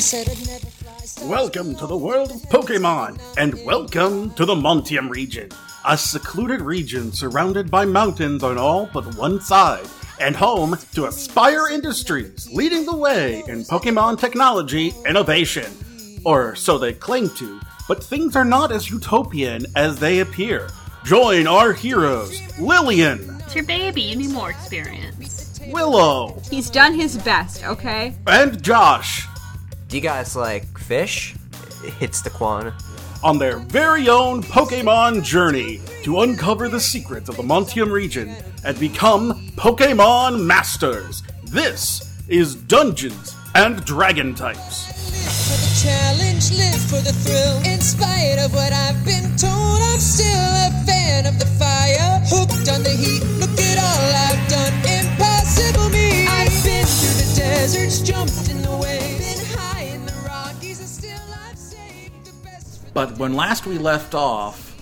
said I'd never fly. so- Welcome to the world of Pokemon, and welcome to the Montium region, a secluded region surrounded by mountains on all but one side, and home to Aspire Industries, leading the way in Pokemon technology innovation. Or so they claim to, but things are not as utopian as they appear. Join our heroes Lillian, It's your baby. You need more experience. Willow, He's done his best, okay? and Josh Do you guys like fish? It hits the quan. on their very own Pokemon journey to uncover the secrets of the Montium region and become Pokemon Masters. This is Dungeons and Dragon Types. Live for the challenge, live for the thrill. In spite of what I've been told, I'm still a fan of the fire. Hooked on the heat, look at all I've done. Impossible me. I've been through the deserts, jumped in the waves. Been high in the Rockies, and still I've saved the best for But when last we left off,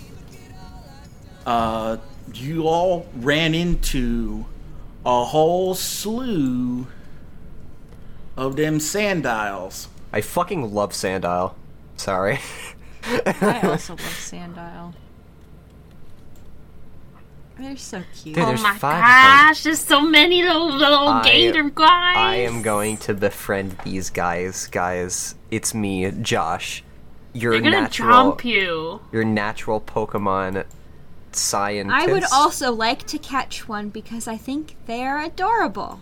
uh, you all ran into a whole slew of them sand dials. I fucking love Sandile. Sorry. I also love Sandile. They're so cute. Dude, Oh, there's oh my five of them. gosh, there's so many little little I- gator guys. I am going to befriend these guys. Guys, it's me, Josh. Your They're gonna natural, jump you. your natural Pokemon scientist. I would also like to catch one because I think they're adorable.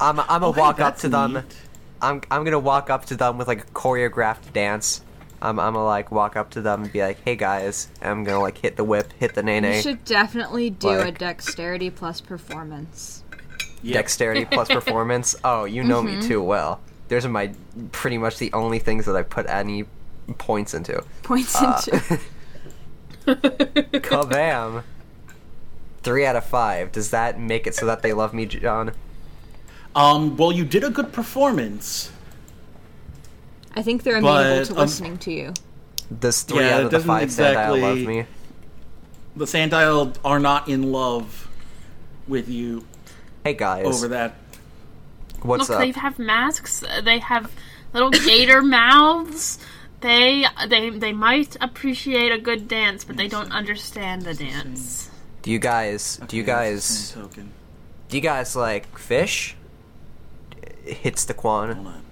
I'm, I'm gonna hey, walk up that's to them. neat. I'm, I'm gonna walk up to them with like a choreographed dance. I'm, I'm gonna like walk up to them and be like, "Hey guys," and I'm gonna like hit the whip, hit the nay You nay. should definitely do a Like- dexterity plus performance. dexterity plus performance. Oh, you know me too well. Those are my pretty much the only things that I put any points into. Points into. Kabam! Three out of five. Does that make it so that they love me, John? Um, well, you did a good performance. I think they're But, amenable to um, listening to you. Does three Yeah, out it of the doesn't five exactly- say that I love me? The sand dial are not in love with you Hey guys, over that. what's Look, up? they have masks. They have little gator mouths. They they they might appreciate a good dance, but they don't understand the dance. Do you guys? Do you guys? Same token. Do you guys like fish? It hits the quan. Hold on.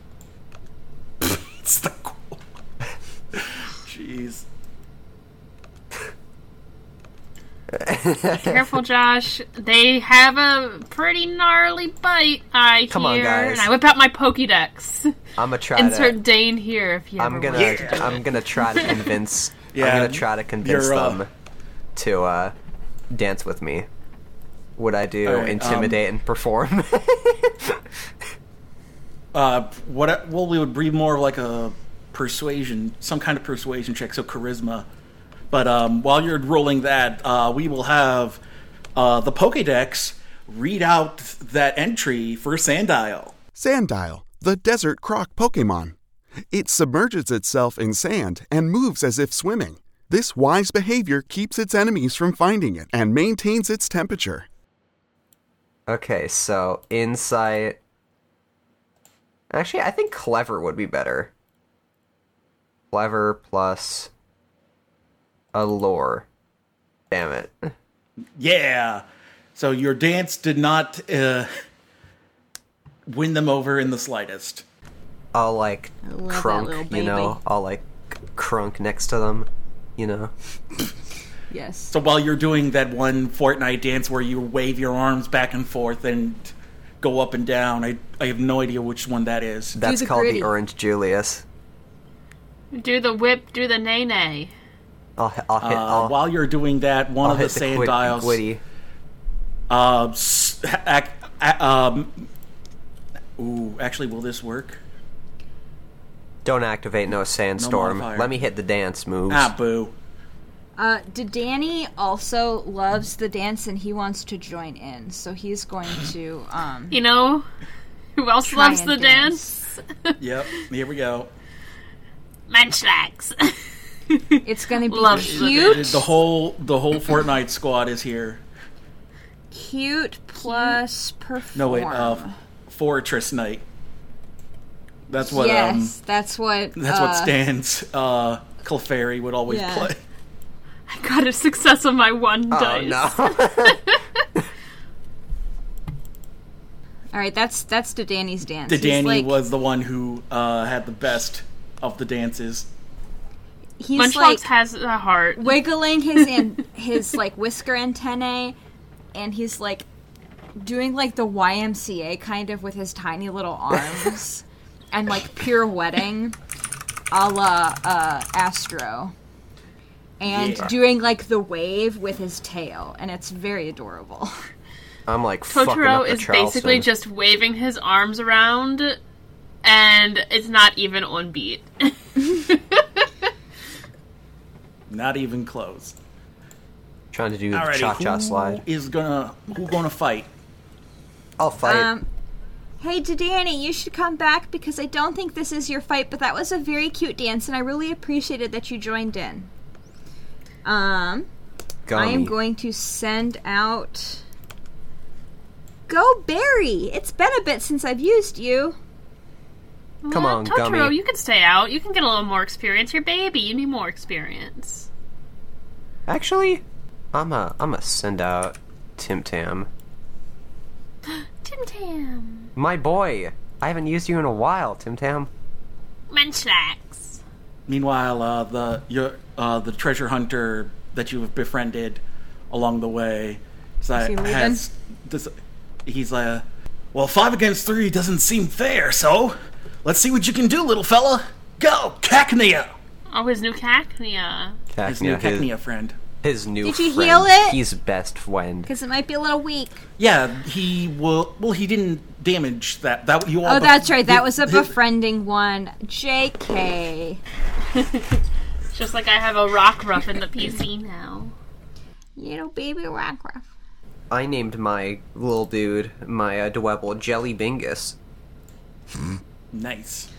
it's the cool. Jeez. Careful, Josh. They have a pretty gnarly bite. I Come on, hear, guys. and I whip out my Pokédex. I'm gonna try Insert to. Dane here if you. I'm ever gonna. want to do I'm gonna try to convince. Yeah, I'm gonna try to convince you're, uh, them to uh, dance with me. What I do? Alright, um, intimidate and perform. Uh, what? I- Well, we would be more of like a persuasion, some kind of persuasion check, so charisma. But um, while you're rolling that, uh, we will have uh, the Pokédex read out that entry for Sandile. Sandile, the desert croc Pokemon. It submerges itself in sand and moves as if swimming. This wise behavior keeps its enemies from finding it and maintains its temperature. okay, so insight. Actually, I think clever would be better. Clever plus allure. Damn it. Yeah. So your dance did not uh, win them over in the slightest. I'll like love that little crunk, baby. you know. I'll like c- crunk next to them, you know. Yes. So while you're doing that one Fortnite dance where you wave your arms back and forth and go up and down, I, I have no idea which one that is. That's the called gritty. the Orange Julius. it. do the whip, do the nay nay. I'll h- I'll hit Uh, I'll, while you're doing that, one I'll of the hit the sand quid- dials quiddy. uh, s- ac- a- um, ooh, actually, will this work? Don't activate no sandstorm. modifier. Let me hit the dance moves. Ah, boo. Uh, Danny also loves the dance and he wants to join in, so he's going to um You know, who else Try loves and the dance. dance? Yep, here we go. Munchlax. It's gonna be Loves the cute, The whole the whole Fortnite squad is here. cute plus perform. uh, No wait, uh, Fortress Knight. That's what um, yes, that's what. that's what uh, Stan's uh, Clefairy would always yeah. play. I got a success on my one Oh dice. no. All right, that's that's to Danny's dance. The He's Danny like- was the one who uh, had the best of the dances. He's Lunchbox like has a heart. wiggling his an- his like whisker antennae, and he's like doing like the YMCA kind of with his tiny little arms, and like pirouetting, a la uh, Astro, and Yeah. doing like the wave with his tail, and it's very adorable. I'm like fucking up Totoro the is basically Charleston. just waving his arms around, and it's not even on beat. Not even close. trying to do the Alrighty, cha cha who slide. is gonna who gonna fight? I'll fight. Um, hey, Danny, you should come back because I don't think this is your fight, but that was a very cute dance, and I really appreciated that you joined in. Um, I Gummy. am going to send out. Go, Barry! It's been a bit since I've used you. Come Well, on, Totoro, gummy. you can stay out. You can get a little more experience. You're a baby. You need more experience. Actually, I'm a I'm a send out Tim Tam. Tim Tam. My boy, I haven't used you in a while, Tim Tam. Munchlax. Meanwhile, uh, the your uh, the treasure hunter that you've befriended along the way so he leaving? has this, he's like, uh, well, five against three doesn't seem fair. So let's see what you can do, little fella. Go, Cacnea, Oh, his new cacnea. his new Cacnea, Cacnea friend. his new Did you friend. heal it? He's best friend. Because it might be a little weak. Yeah, he will. Well, he didn't damage that. That you all. Oh, bef- that's right. That was a his- befriending one. JK. Just like I have a rock ruff in the PC now. Little baby Rockruff. I named my little dude, my uh, Dwebble, Jelly Bingus. Nice.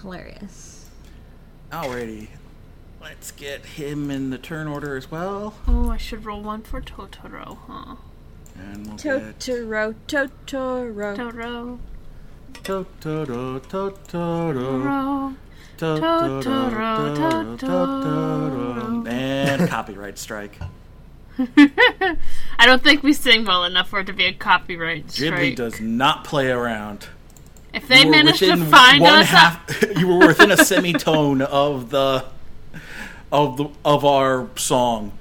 Hilarious. Alrighty. Let's get him in the turn order as well. Oh, I should roll one for Totoro, huh? And we'll get Totoro, Totoro. Totoro. Totoro, Totoro, Totoro. Totoro, Totoro, Totoro, Totoro. Totoro. And copyright strike. I don't think we sing well enough for it to be a copyright Ghibli strike. does not play around. If they You were manage to within find one us, half- you were within a semitone of the of the of our song.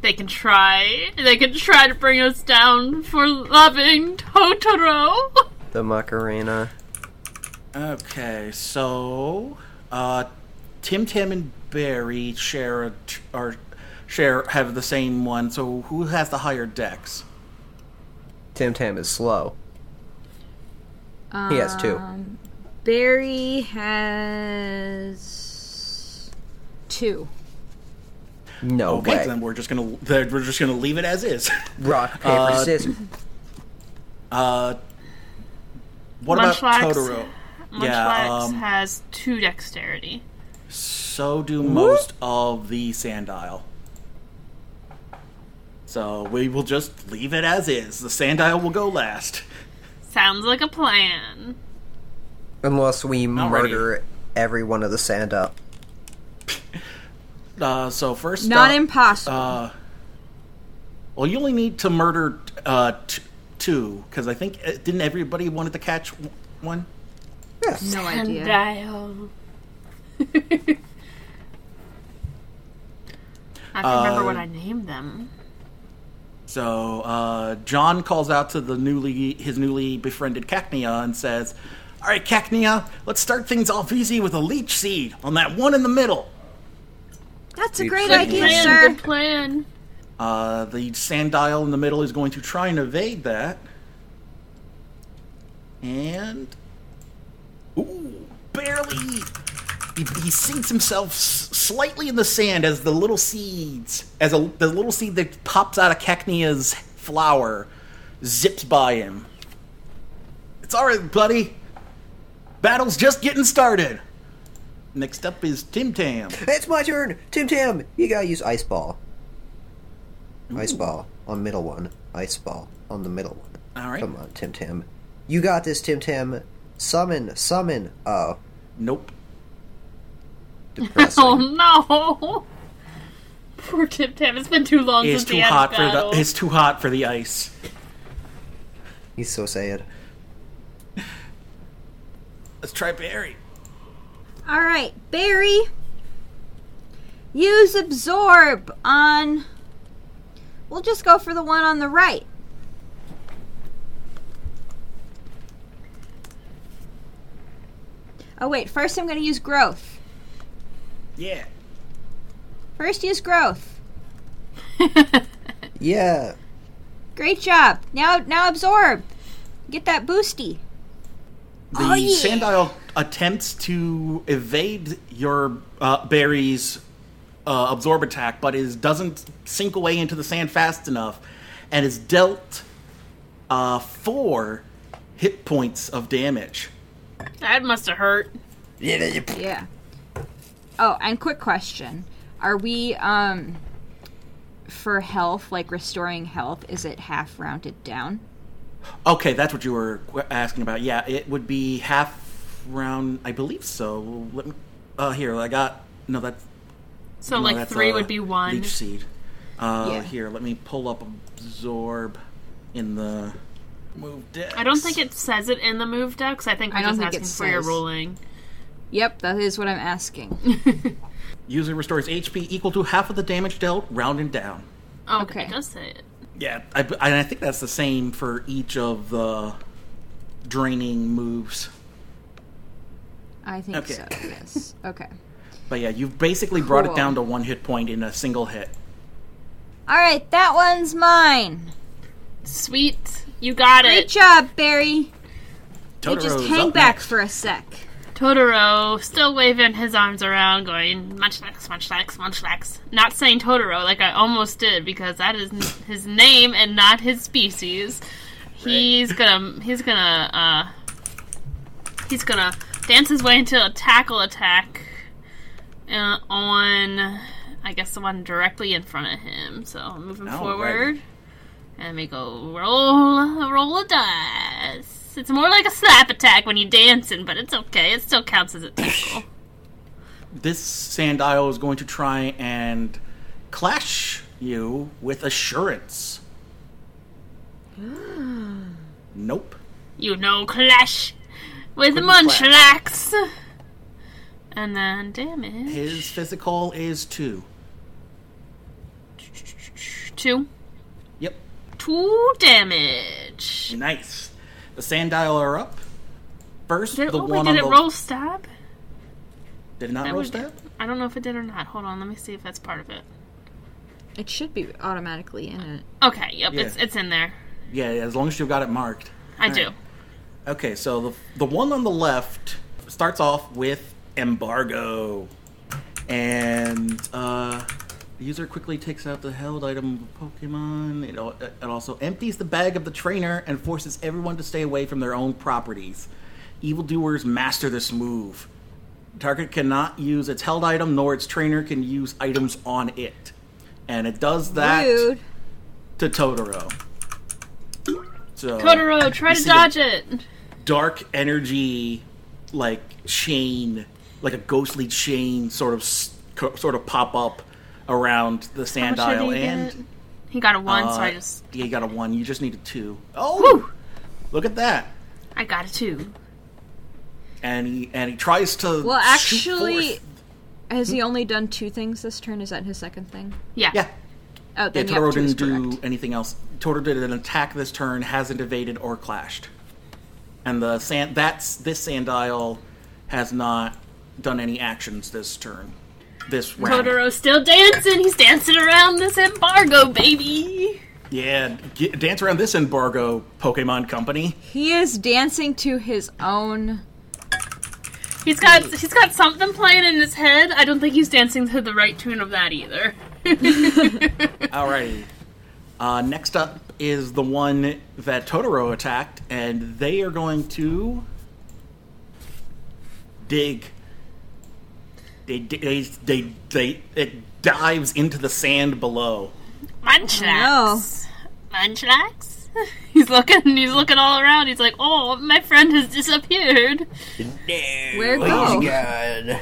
they can try. They can try to bring us down for loving Totoro. The Macarena. Okay, so uh, Tim Tam and Barry share a t- or share have the same one. So who has the higher decks? Tim Tam is slow. he has two. Barry has two. No Okay, way. Oh, then we're just gonna then we're just gonna leave it as is. Rock, paper, Uh, scissors. Uh, what Munchlax. about Totoro? Munchlax Yeah. Um, has two dexterity. so do most of the sand dial. So we will just leave it as is. The sand dial will go last. Sounds like a plan. Unless we ready. murder every one of the sand up. Uh, so first, Not up- impossible. Uh, well, you only need to murder uh, t- two because I think uh, didn't everybody wanted to catch w- one. no idea. Dial. I have to remember what I Um, named them. So uh, John calls out to the newly his newly befriended Cacnea and says, "All right, Cacnea, let's start things off easy with a leech seed on that one in the middle." That's a Good great plan. idea, Plan, sir. good plan. Uh, the sand dial in the middle is going to try and evade that, and ooh, barely. He, he sinks himself s- slightly in the sand as the little seeds, as a, the little seed that pops out of Cacnea's flower, zips by him. It's all right, buddy. Battle's just getting started. Next up is Tim Tam. It's my turn! Tim Tam! You gotta use Ice Ball. Ice Ball on middle one. Ice Ball on the middle one. All right. Come on, Tim Tam. You got this, Tim Tam. Summon, summon. Oh, Nope. depressing. Oh no! Poor Tip Tap. It's been too long It's since too the hot for the battle. it's too hot for the ice. He's so sad. Let's try Barry. All right, Barry. Use absorb on. We'll just go for the one on the right. Oh wait, first I'm going to use growth. Yeah. First use growth. Yeah. Great job. Now now absorb. Get that boosty. The Oh, yeah. Sandile attempts to evade your uh, Barry's uh, absorb attack, but is doesn't sink away into the sand fast enough, and is dealt uh, four hit points of damage. That must have hurt. Yeah. Oh, and quick question. Are we um for health, like restoring health, is it half rounded down? Okay, that's what you were qu- asking about. Yeah, it would be half round, I believe so. Let me, uh, here, I got no. That's So no, like that's, three uh, would be one. Leech seed. Uh, Yeah. Here, let me pull up absorb in the move deck. I don't think it says it in the move decks. I think we're I don't just think it asking for your says. ruling. Yep, that is what I'm asking. User restores HP equal to half of the damage dealt, rounding down. Oh, Okay. okay. it does say it. Yeah, I, b- and I think that's the same for each of the draining moves. I think Okay. so, yes. Okay. But yeah, you've basically brought it Cool. down to one hit point in a single hit. Alright, that one's mine. Sweet, you got Great it. job, Barry. You just Todoro's hang up back next. for a sec. Totoro still waving his arms around, going munchlax, munchlax, munchlax. Not saying Totoro like I almost did because that is n- his name and not his species. He's gonna he's gonna uh he's gonna dance his way into a tackle attack uh, on I guess the one directly in front of him. So moving Oh, forward. And we go roll, roll a dice. It's more like a slap attack when you're dancing, but it's okay. It still counts as a tackle. This Sandile is going to try and clash you with assurance. Ah. nope. you know, clash with munchlax, and then damage His physical is two. two, Yep. two damage. Nice. The Sandile are up. First, Did it, the oh, wait, one did on it the roll stab? did it not That roll would- stab. I don't know if it did or not. Hold on, let me see if that's part of it. It should be automatically in it. Okay, yep, it's Yeah. it's in there. Yeah, as long as you've got it marked. I do. Okay, so the the one on the left starts off with embargo, and uh, the user quickly takes out the held item of a Pokemon. It, al- it also empties the bag of the trainer and forces everyone to stay away from their own properties. Evildoers master this move. Target cannot use its held item, nor its trainer can use items on it, and it does that Rude. to Totoro. So Totoro, try you to see the- dodge it. dark energy like chain like a ghostly chain sort of s- co- sort of pop up around the sand much did dial he get? and He got a one, so uh, I just yeah, you got a one you just need a two. Oh Whew. look at that I got a two. and he and he tries to Well, shoot actually, forth- has he only done two things this turn? Is that his second thing? yeah Oh, yeah then yeah, Totoro two didn't is do correct. anything else Totoro did an attack this turn hasn't evaded or clashed and the sand that's this sand dial has not done any actions this turn this round Totoro's still dancing. He's dancing around this embargo, baby. Yeah, g dance around this embargo, Pokemon Company. He is dancing to his own. He's got he's got something playing in his head. I don't think he's dancing to the right tune of that either. Alrighty. Uh, next up is the one that Totoro attacked, and they are going to dig. They they they, they it dives into the sand below. Munchlax. No. Munchlax. He's looking. He's looking all around. He's like, "Oh, my friend has disappeared." Where go?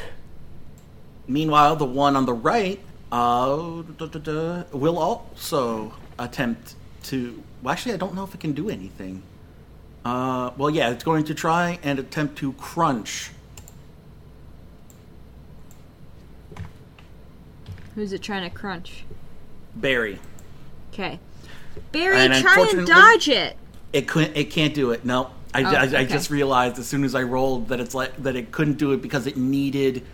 Meanwhile, the one on the right uh, duh, duh, duh, will also attempt to. Well, actually, I don't know if it can do anything. Uh, well, yeah, it's going to try and attempt to crunch. Who's it trying to crunch? Barry. Okay. Barry, And try and unfortunately- dodge it. It couldn't. It can't do it. No, I, Oh, I, I okay. just realized as soon as I rolled that it's like that it couldn't do it because it needed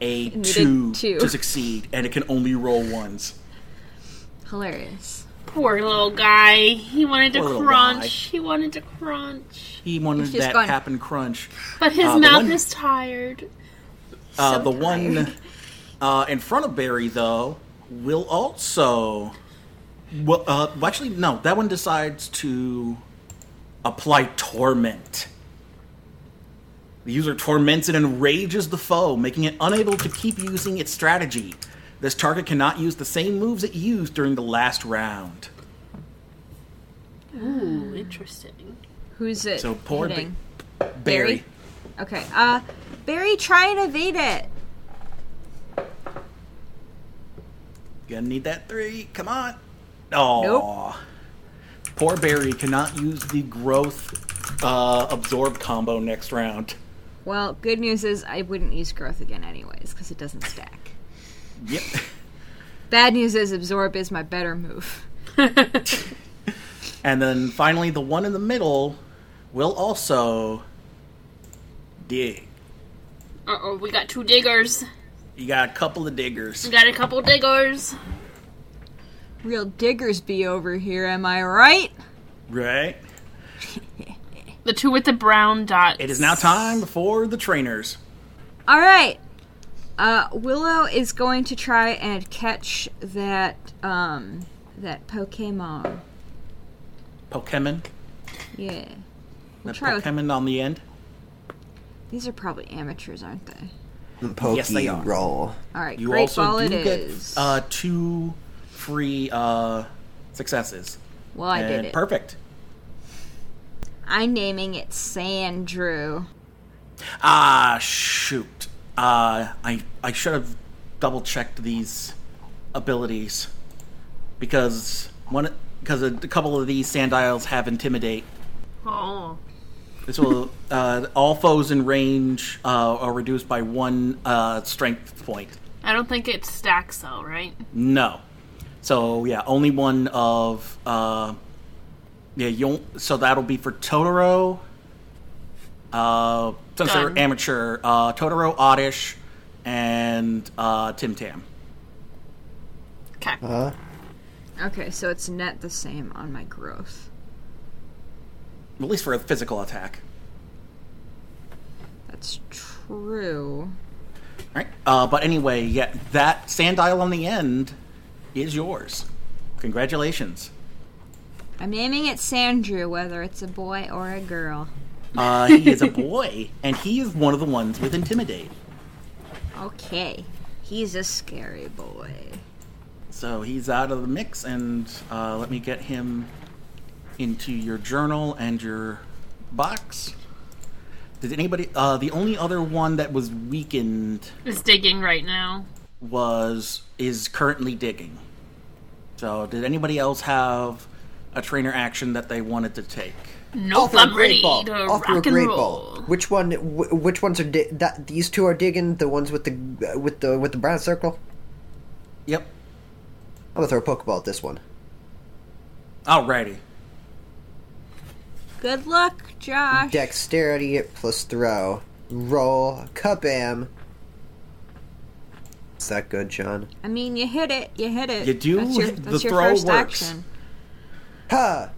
a needed two, two. to succeed, and it can only roll ones. Hilarious. Poor little guy. He wanted to Poor little crunch. guy. He wanted to crunch. He wanted just that gone. happen crunch. But his Uh, the mouth one- is tired. Uh, So the one uh, in front of Barry, though, will also. Well, uh, well, actually, no. That one decides to apply torment. The user torments and enrages the foe, making it unable to keep using its strategy. This target cannot use the same moves it used during the last round. Ooh, interesting. Who's it? So poor Ba- hitting? Barry. Barry? Okay. Uh, Barry, try and evade it. Gonna need that three. Come on. Oh. Nope. Poor Barry cannot use the growth uh, absorb combo next round. Well, good news is I wouldn't use growth again, anyways, because it doesn't stack. Yep. Bad news is absorb is my better move. and then finally, the one in the middle will also dig. Uh oh, we got two diggers. You got a couple of We diggers. got a couple diggers. Real diggers be over here, am I right? Right? The two with the brown dots. It is now time for the trainers. All right. Uh, Willow is going to try and catch that um, that Pokemon. Pokemon. Yeah. The try with- Pokemon on the end. These are probably amateurs, aren't they? Pokey Yes, they are. roll. All right, You great also ball do it is. get uh, two free uh, successes. well, I did And it. Perfect. I'm naming it Sandrew. Ah, shoot. Uh, I I should have double checked these abilities because one because a, a couple of these sand dials have intimidate. Oh. This will uh, all foes in range uh, are reduced by one uh, strength point. I don't think it stacks though, right? No, so yeah, only one of uh, yeah. You'll, so that'll be for Totoro. Uh, since Done. they're amateur, uh, Totoro, Oddish, and uh, Tim Tam. Okay. Uh. Okay, so it's net the same on my growth. At least for a physical attack. That's true. Right. Uh, but anyway, yeah, that sand dial on the end is yours. Congratulations. I'm naming it Sandrew, whether it's a boy or a girl. Uh, he is a boy, and he is one of the ones with intimidate. Okay, he's a scary boy. So he's out of the mix, and uh, let me get him into your journal and your box. Did anybody? Uh, the only other one that was weakened It's digging right now. was is currently digging. So, did anybody else have a trainer action that they wanted to take? Nope, a Oh, I'm ready ball. to Off to a rock and great roll. ball. Which one? Wh- which ones are di- that? These two are digging. The ones with the with the with the brown circle. Yep. I'm gonna throw a pokeball at this one. Alrighty. Good luck, Josh. Dexterity plus throw. Roll. Kabam. Is that good, John? I mean, you hit it. You hit it. You do That's your, hit- the that's your throw first works. action. Ha!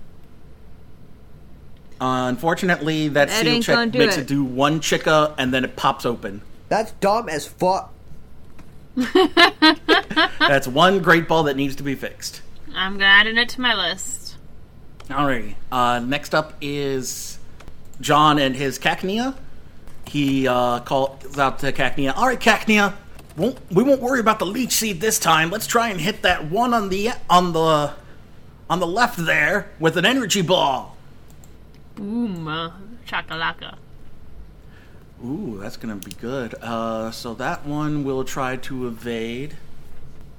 unfortunately, that, That seal ain't gonna check do makes it. it. do one chicka, and then it pops open. That's dumb as fuck. That's one great ball that needs to be fixed. I'm gonna add it to my list. Alrighty. Uh, next up is John and his Cacnea. He uh, calls out to Cacnea. All right, Cacnea. Won't, we won't worry about the leech seed this time. Let's try and hit that one on the on the on the left there with an energy ball. Boom. uh, Chakalaka. Ooh, that's gonna be good. Uh, so that one will try to evade,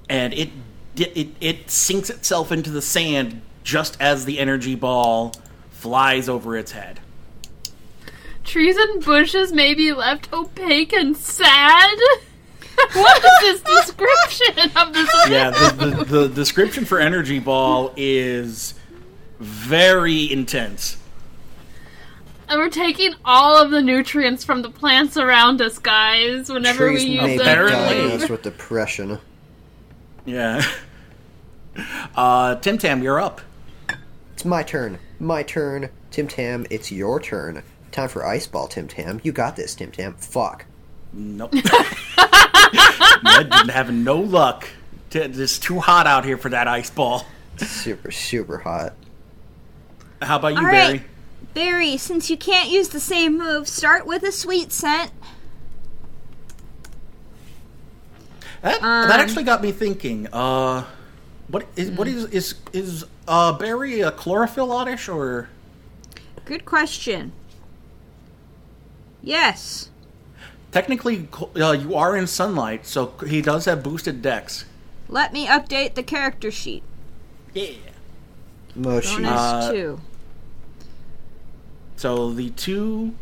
and it di- it it sinks itself into the sand just as the energy ball flies over its head. Trees and bushes may be left opaque and sad. what is this description of this? Yeah, the, the, the description for energy ball is very intense. And we're taking all of the nutrients from the plants around us, guys. Whenever Trees we may use be them, Apparently. diagnosed with depression. Yeah. Uh, Tim Tam, you're up. It's my turn. My turn. Tim Tam, it's your turn. Time for ice ball, Tim Tam. You got this, Tim Tam. Fuck. Nope. Ned didn't have no luck. T- It's too hot out here for that ice ball. Super, super hot. How about you, All Barry? right, Barry. Since you can't use the same move, start with a sweet scent. That, Um, that actually got me thinking. Uh, what is what hmm. is is is uh, Barry a chlorophyll oddish or? Good question. Yes. Technically, cl- uh, you are in sunlight, so he does have boosted dex. Let me update the character sheet. Yeah. Moshi. Bonus Uh, two. So the two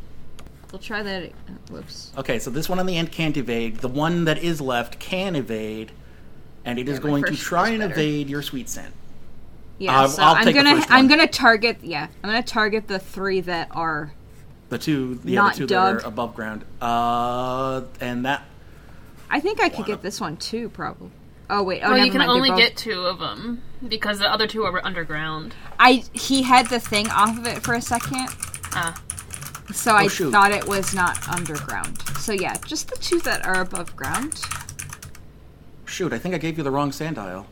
We'll try that. ag- oh, Whoops. Okay, so this one on the end can't evade. The one that is left can evade, and it is my going to first try one's and better. evade your sweet scent. Yeah. I'll- so I'll am take the gonna first I'm one. gonna target. Yeah, I'm gonna target the three that are. The two, yeah, Not the two Doug. that are above ground. Uh, and that I think I could get this one too, probably. Oh wait. Oh, Well, never you can mind, they're only both- get two of them because the other two are underground. I he had the thing off of it for a second. Ah. So I Oh, shoot. thought it was not underground. So yeah, just the two that are above ground. shoot, I think I gave you the wrong sand dial.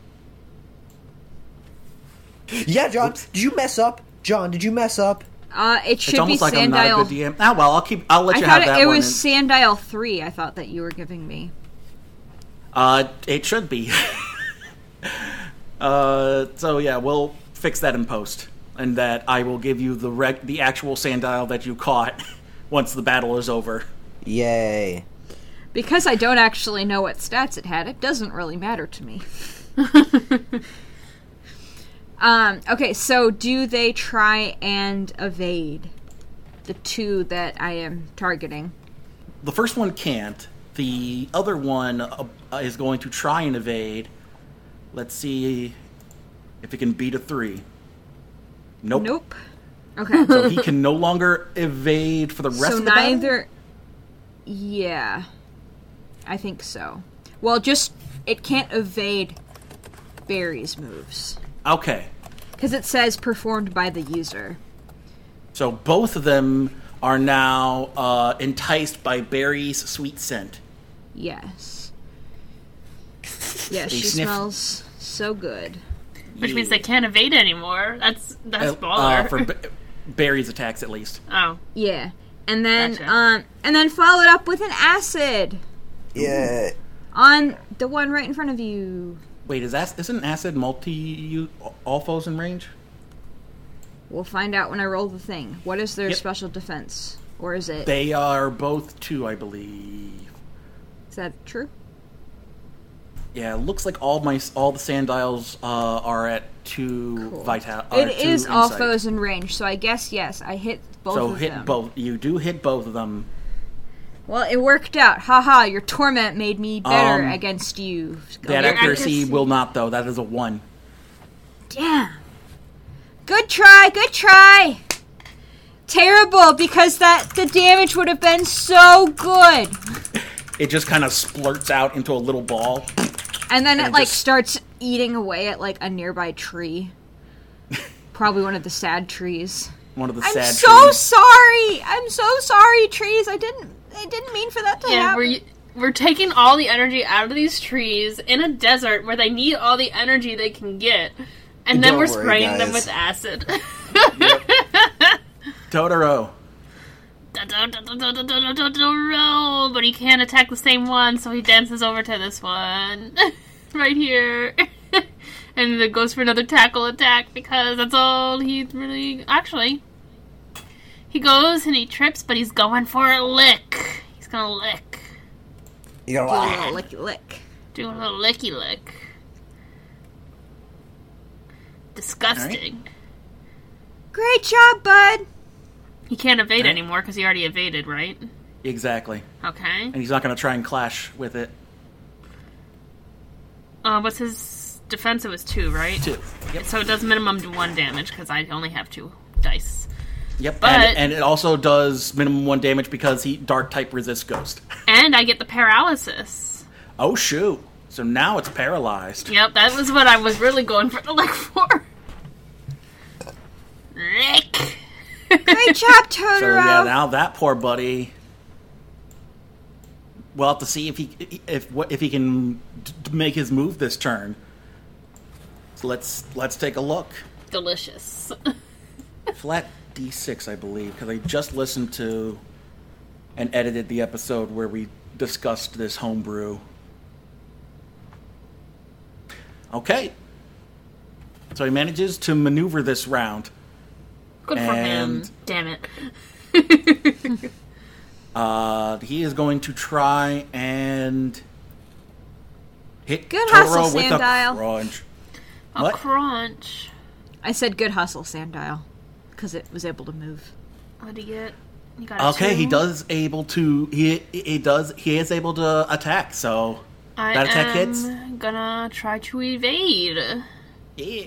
Yeah, John, did you mess up? John, did you mess up? Uh, it It's should be almost like I'm not a good Sandial. DM. Ah, well, I'll keep. I'll let I you have thought that it, it one. was and- Sandial three. I thought that you were giving me. uh, it should be. uh, so yeah, we'll fix that in post, and that I will give you the rec- the actual sand dial that you caught once the battle is over. Yay. Because I don't actually know what stats it had, it doesn't really matter to me. um, okay, so do they try and evade the two that I am targeting? the first one can't. The other one uh, uh, is going to try and evade. Let's see if it can beat a three. Nope. Nope. Okay. So he can no longer evade for the rest so of the battle? neither. Yeah, I think so. Well, just it can't evade Barry's moves Okay. because it says performed by the user. So both of them are now uh, enticed by Barry's sweet scent. Yes. Yes, They she sniff- smells so good. Which means they can't evade anymore. That's that's Uh, baller. uh, for Ba- Barry's attacks, at least. oh, Yeah. And then Gotcha. um and then followed up with an acid Yeah. on the one right in front of you. Wait, is ac- isn't acid multi all foes in range? We'll find out when I roll the thing. What is their Yep. special defense? Or is it? Is They are both two, I believe. that true? Yeah, it looks like all my all the sand dials uh, are at two vital. uh, It two is all insight. foes in range, so I guess yes, I hit both So of hit them. both. You do hit both of them. Well, it worked out. Haha, your torment made me better Um, against you. That your accuracy accuracy. will not though. That is a one. Damn. Good try, good try. Terrible because that the damage would have been so good. It just kind of splurts out into a little ball. And then it, like just- starts eating away at like a nearby tree. Probably one of the sad trees. One of the I'm sad. so trees. sorry. I'm so sorry, trees. I didn't I didn't mean for that to yeah. happen. We're we're taking all the energy out of these trees in a desert where they need all the energy they can get, and then Don't we're worry, spraying them guys. with acid. Totoro. Roll, but he can't attack the same one, so he dances over to this one right here. and then goes for another tackle attack because that's all he really. Actually, he goes and he trips, but he's going for a lick. He's gonna lick, You gotta Do a little licky lick. do a little licky lick. Disgusting. Great job, bud. He can't evade Alright. anymore because he already evaded, right? Exactly. Okay. And he's not going to try and clash with it. Uh, what's his defense? It was two, right? Two. Yep. So it does minimum to one damage because I only have two dice. Yep. But- and, and it also does minimum one damage because he dark type resists ghost. And I get the paralysis. Oh shoot! So now it's paralyzed. Yep, that was what I was really going for the lick for. Lick! Great job, So Totoro. yeah, now that poor buddy. We'll have to see if he if what if he can d- d- make his move this turn. So let's let's take a look. Delicious. Flat D6, I believe, because I just listened to and edited the episode where we discussed this homebrew. Okay. So he manages to maneuver this round. Good for him. And- Damn it. Uh, he is going to try and hit Good Toro hustle, with Sandile. a crunch. A What? crunch. I said good hustle, Sandile, because it was able to move. What'd he get? You got a Okay, he two? does able to he he does he is able to attack. So I that attack am hits. gonna try to evade. Yeah.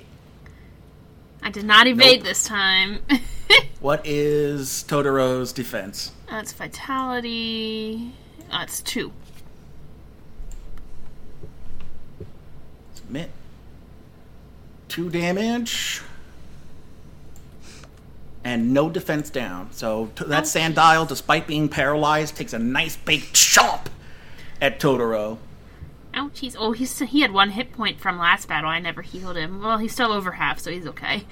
I did not evade Nope. this time. What is Todoro's defense? That's vitality. That's two. Submit. Two damage. And no defense down. So t- that Sandile, despite being paralyzed, takes a nice big chomp at Totoro. Ouchies. Oh, he's, he had one hit point from last battle. I never healed him. Well, he's still over half, so he's okay.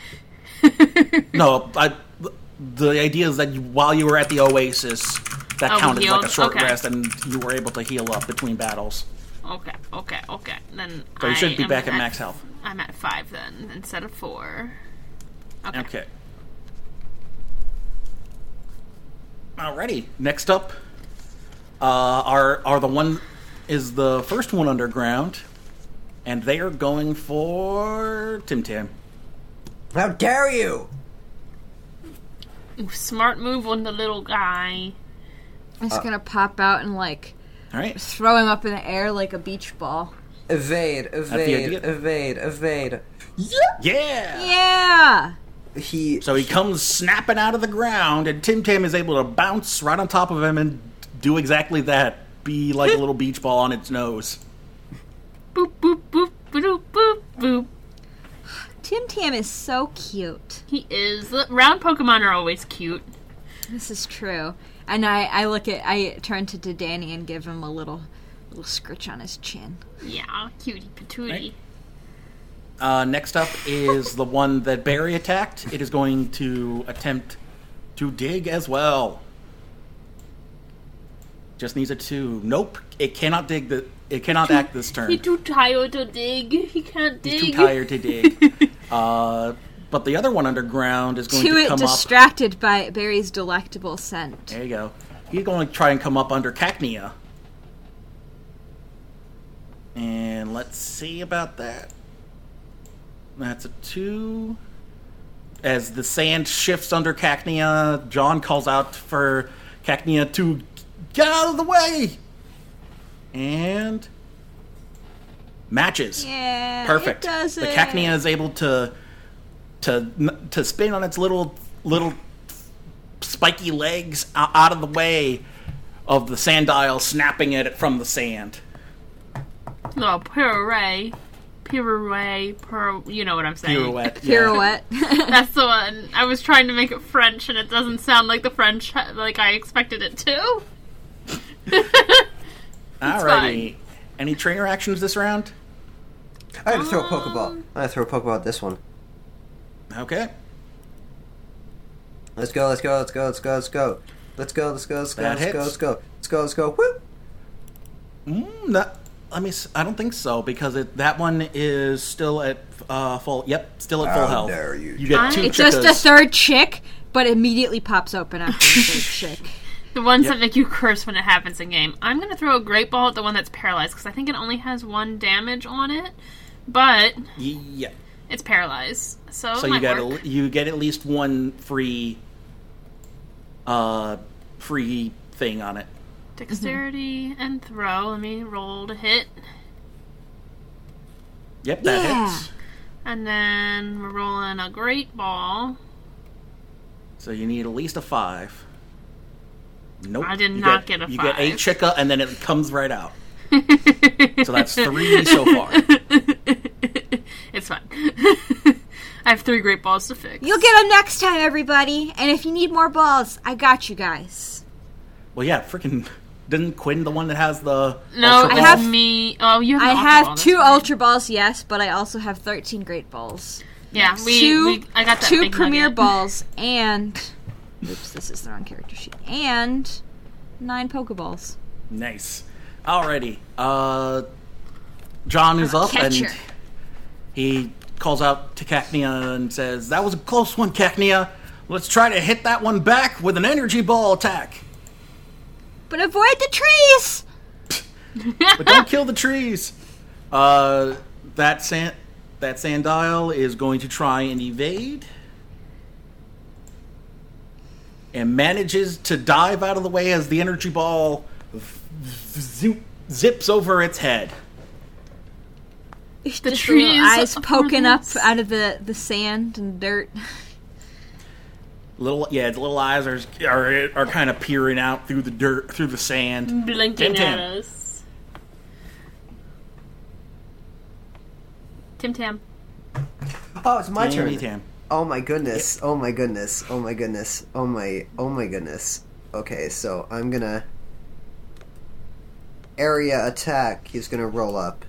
No, I, the idea is that you- while you were at the Oasis, that Oh, counted we as like a healed? short Okay. rest, and you were able to heal up between battles. Okay, okay, okay. Then So you I should be am back at max health. I'm at five then, instead of four. Okay. Alrighty. Next up, uh, are are the one is the first one underground, and they are going for Tim Tam. How dare you? Ooh, smart move on the little guy. I'm Uh, just gonna pop out and like All right. throw him up in the air like a beach ball. Evade, idea. evade, evade, evade. Yeah. Yeah. He So he comes snapping out of the ground, and Tim Tam is able to bounce right on top of him and do exactly that. Be like a little beach ball on its nose. Boop, boop, boop, boop, boop, boop. Tim Tam is so cute. He is. Round Pokemon are always cute. This is true. And I, I look at I turn to, to Danny and give him a little little scritch on his chin. Yeah, cutie patootie. Right. Uh, next up is the one that Barry attacked. It is going to attempt to dig as well. Just needs a two. Nope, it cannot dig. The it cannot act this He turn. too tired to dig. He can't dig. He's too tired to dig. Uh, but the other one underground is going To to, it come up. distracted by Barry's delectable scent. There you go. He's going to try and come up under Cacnea. And let's see about that. That's a two. As the sand shifts under Cacnea, John calls out for Cacnea to get out of the way! And matches. Yeah. it Perfect. does the it. Cacnea is able to to to spin on its little little spiky legs o- out of the way of the sandile snapping at it from the sand. Oh, pirouette. Pirouette. Pir- you know what I'm saying. Pirouette. yeah. Pirouette. That's the one. I was trying to make it French, and it doesn't sound like the French like I expected it to. Alrighty. Any trainer actions this round? I gotta throw a Pokeball. I gotta throw a Pokeball at this one. Okay. Let's go, let's go, let's go, let's go, let's go. Let's go, let's go, let's go, That let's go, hits. let's go. Let's go, let's go. Woo! Mm, that Let me. s- I don't think so because it, that one is still at uh, full. Yep, still at full How health. dare you. You get two It's just a chickas. third chick, but immediately pops open after the third chick. The ones that make you curse when it happens in game. I'm gonna throw a great ball at the one that's paralyzed because I think it only has one damage on it, but Yeah. it's paralyzed. So, So it you might get work. a, you get at least one free, uh, free thing on it. dexterity and throw. Let me roll to hit, Yep, that Yeah. hits. and then we're rolling a great ball. So you need at least a five. Nope. I did you not get, get a You get eight five. chicka, and then it comes right out. so that's three so far. it's fine. I have three great balls to fix. You'll get them next time, everybody. And if you need more balls, I got you guys. Well, yeah, freaking. Didn't Quinn the one that has the no, ultra it I ball? have- was me. Oh, you. Have I an ultra ball, have that's two fine. ultra balls, yes, but I also have thirteen great balls. Yeah, we. two, we I got that two big premier nugget. balls, and oops, this is the wrong character sheet, and nine pokeballs. nice. Alrighty, uh, John is up Catcher. and he calls out to Cacnea and says, "That was a close one, Cacnea. Let's try to hit that one back with an energy ball attack." But avoid the trees. but don't kill the trees. Uh, that sand, that Sandile is going to try and evade, and manages to dive out of the way as the energy ball zip, zips over its head. The Just trees little eyes are poking up nice. out of the the sand and dirt. Little yeah, its little eyes are are, are kind of peering out through the dirt, through the Mm-hmm. sand. Tim blinking at Tam. us. Tim Tam. Oh, it's my turn. Tam. Oh my goodness. Oh my goodness. Oh my goodness. Oh my oh my goodness. Okay, so I'm gonna area attack. He's gonna roll up.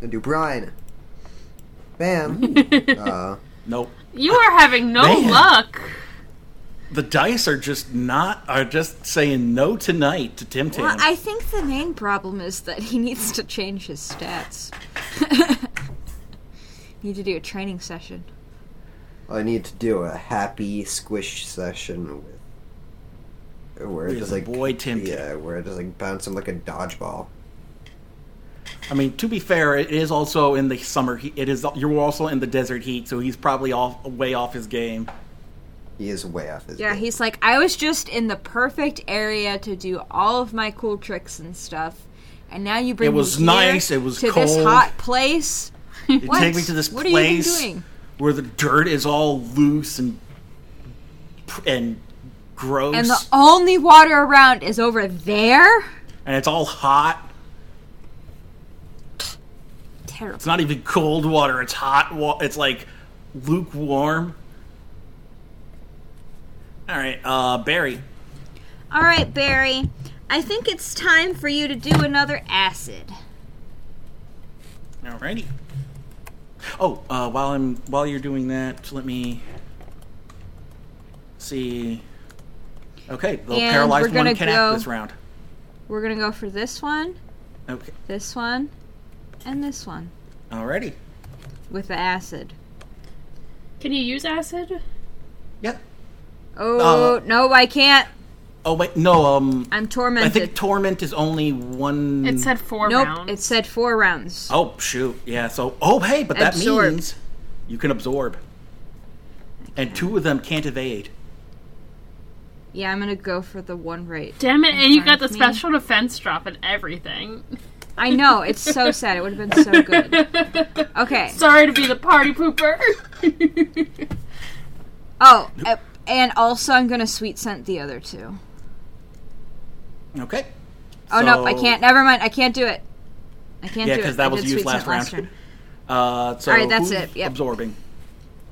Gonna do Brian. Bam. uh, Nope. You are having no Uh, Man. luck. The dice are just not are just saying no tonight to Tim Tam. Well, I think the main problem is that he needs to change his stats. Need to do a training session. I need to do a happy squish session with where it With just like boy Tim Tam. Yeah, where it just like bounce him like a dodgeball. I mean, to be fair, it is also in the summer heat. It is you're also in the desert heat, so he's probably off way off his game. He is way off his Yeah, game. he's like, I was just in the perfect area to do all of my cool tricks and stuff, and now you bring It was me here nice, it was to this cold. hot place. You What? take me to this What are you even place doing? where the dirt is all loose and and gross, And the only water around is over there. and it's all hot. It's Terrible. not even cold water. It's hot. Wa- it's like lukewarm. All right, uh, Barry. All right, Barry. I think it's time for you to do another acid. Alrighty. Oh, uh, while I'm while you're doing that, let me see. Okay, the And paralyzed we're gonna one can act go- this round. We're gonna go for this one, Okay, this one, and this one alrighty. with the acid. Can you use acid? Yeah. Oh Uh, no, I can't. Oh wait, no. Um, I'm I tormented. think torment is only one. It said four nope, rounds. it said four rounds. oh shoot, yeah. So oh hey, but that Absorb. means you can absorb, and two of them can't evade. Yeah, I'm gonna go for the one right. Damn it! And you got the of me. special defense drop and everything. I know it's so sad. It would have been so good. Okay. Sorry to be the party pooper. Oh, uh, and also I'm gonna sweet scent the other two. Okay. Oh no, I So- can't. Never mind. I can't do it. I can't Yeah, do it. because I that was did used sweet last scent round. Uh, so Alright, that's who's it, yep. Absorbing.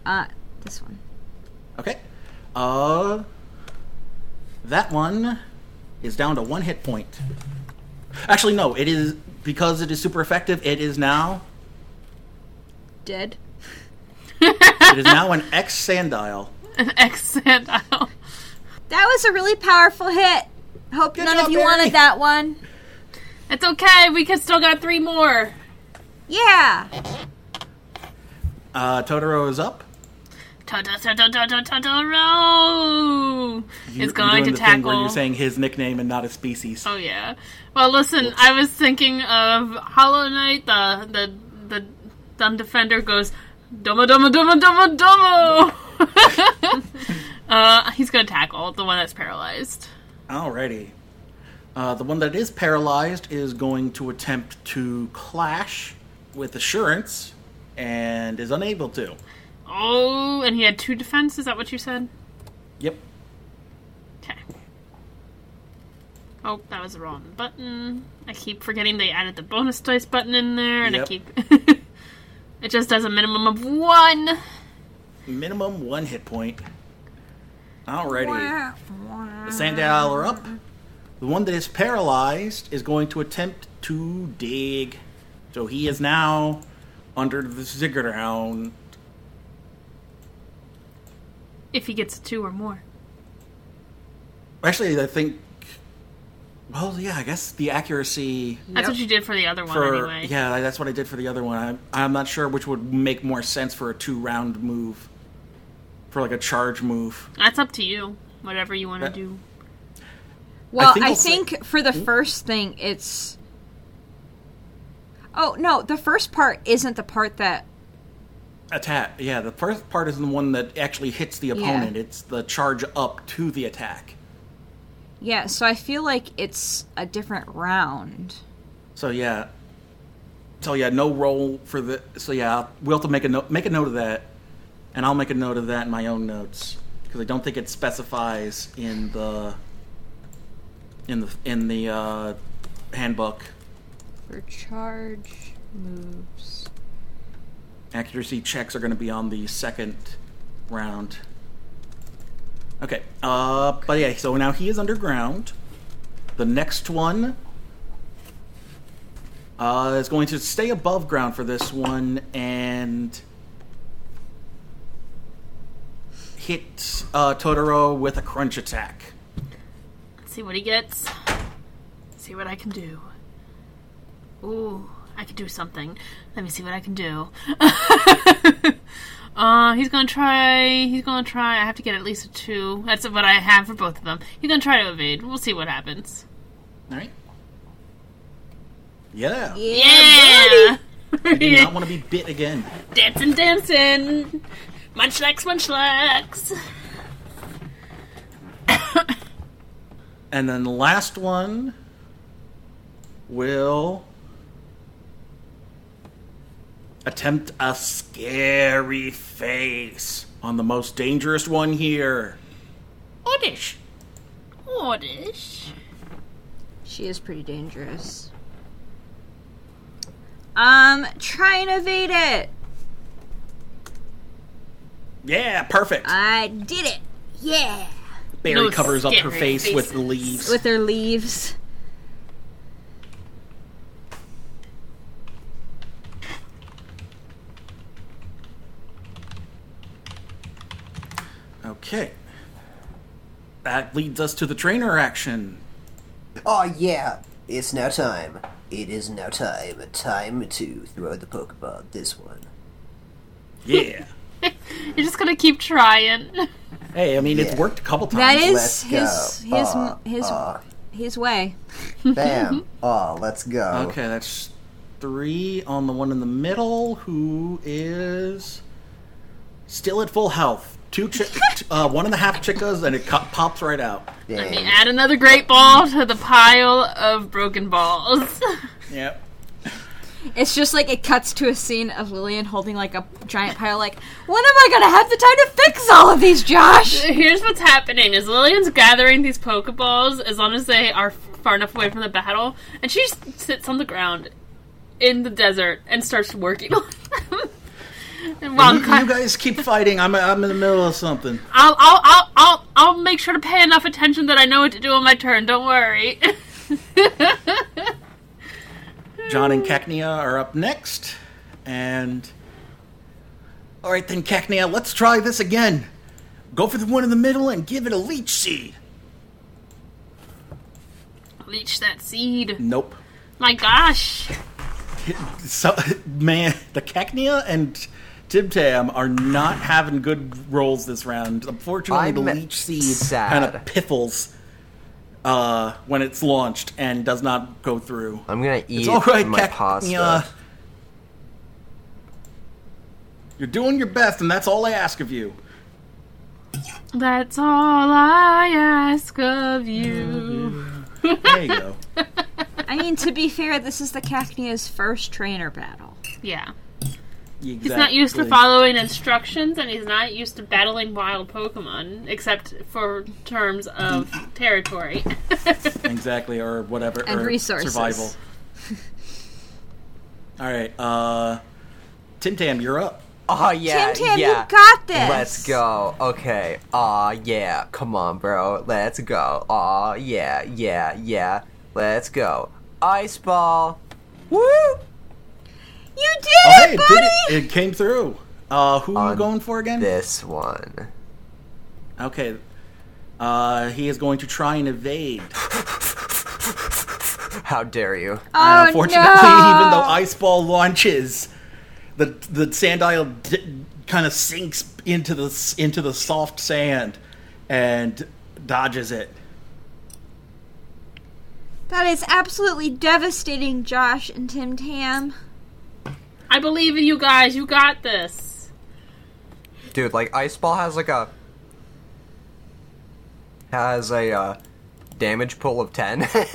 round. Uh, this one. Okay. Uh that one is down to one hit point. Actually no, it is because it is super effective, it is now Dead. it is now an X Sandile. X Sandile. That was a really powerful hit. Hope none job, of you Barry. wanted that one. It's okay. We can still got three more. Yeah. Uh, Totoro is up. Totoro You- is you're going doing to the thing where tackle. you're saying his nickname and not his species. Oh yeah. Well, listen, I was thinking of Hollow Knight. The the the Dumb Defender goes Domo Domo Domo Domo Domo. uh, he's gonna tackle the one that's paralyzed. Alrighty. Uh, the one that is paralyzed is going to attempt to clash with assurance and is unable to. Oh, and he had two defense. Is that what you said? Yep. Okay. Oh, that was the wrong button. I keep forgetting they added the bonus dice button in there, and I Yep. keep. it just does a minimum of one. Minimum one hit point. Alrighty. Wah. The Sandal are up. The one that is paralyzed is going to attempt to dig. So he is now under the Ziggurat round. If he gets a two or more. Actually, I think. Well, yeah, I guess the accuracy That's what you did for the other one, for anyway. yeah, that's what I did for the other one. I'm I'm not sure which would make more sense for a two round move, for like a charge move. That's up to you. Whatever you want to That- do. Well, I think think, it's Hmm? like- for the first thing, it's. Oh no, the first part isn't the part that. Attack. Yeah, the first part is the one that actually hits the opponent. It's the charge up to the attack. Yeah, so I feel like it's a different round. So yeah. So yeah, no roll for the. So yeah, we'll have to make a note. Make a note of that, and I'll make a note of that in my own notes because I don't think it specifies in the in the in the uh, handbook For charge moves. accuracy checks are going to be on the second round. Okay, uh, but yeah, so now he is underground. The next one uh, is going to stay above ground for this one and hit uh, Totoro with a crunch attack. Let's see what he gets. See what I can do. Ooh, I could do something. Let me see what I can do. uh, he's gonna try. He's gonna try. I have to get at least a two. That's what I have for both of them. He's gonna try to evade. We'll see what happens. All right. Yeah. Yeah, Do not want to be bit again. dancing, dancing. Munchlax, munchlax. And then the last one will attempt a scary face on the most dangerous one here. Oddish, oddish. She is pretty dangerous. Um, try and evade it. Yeah, perfect. I did it. Yeah. Barry no covers up her scary face with faces. the leaves. With their leaves. okay. That leads us to the trainer action. Oh yeah, it's now time. It is now time. Time to throw the Pokeball. This one. Yeah. You're just gonna keep trying. hey, I mean, it's worked a couple times. That is Let's his go. his his his way. Bam. oh, let's go. Okay, that's three on the one in the middle, who is still at full health. Two, chi- t- uh, one and a half chickas, and it co- pops right out. Damn. Let me add another great ball to the pile of broken balls. Yep. It's just like it cuts to a scene of Lillian holding like a giant pile. Like, when am I gonna have the time to fix all of these, Josh? Here's what's happening: is Lillian's gathering these Pokeballs as long as they are far enough away from the battle, and she just sits on the ground in the desert and starts working on them. And while You, Ka- you guys keep fighting. I'm, I'm in the middle of something. I'll, I'll, I'll, I'll, I'll make sure to pay enough attention that I know what to do on my turn. Don't worry. John and Cacnea are up next, and all right then, Cacnea, let's try this again. Go for the one in the middle and give it a leech seed. Leech that seed. Nope. My gosh. So, man, the Cacnea and Tim Tam are not having good rolls this round. Unfortunately, the I'm leech seed sad. kind of piffles uh, when it's launched and does not go through. I'm gonna eat it's all right, my Cacnea. pasta. You're doing your best, and that's all I ask of you. That's all I ask of you. There you go. I mean, to be fair, this is the Cacnea's first trainer battle. Yeah. Exactly. He's not used to following instructions and he's not used to battling wild Pokemon, except for terms of territory. exactly, or whatever, And or resources. survival. All right, uh, Tim Tam, you're up. Oh yeah, Tim Tam, you yeah. got this. Let's go. Okay. Aw yeah. Come on, bro. Let's go. Aw yeah, yeah, yeah. Let's go. Ice ball. Woo! You did Oh, hey, it, it, buddy! did it. it came through. Uh, who are On you going for again? This one. Okay. Uh, he is going to try and evade. How dare you? Oh, and unfortunately, no. even though Ice Ball launches, the the Sandile d- kind of sinks into the s- into the soft sand and dodges it. That is absolutely devastating, Josh and Tim Tam. I believe in you guys. You got this. Dude, like ice ball has like a has a uh, damage pool of ten. it,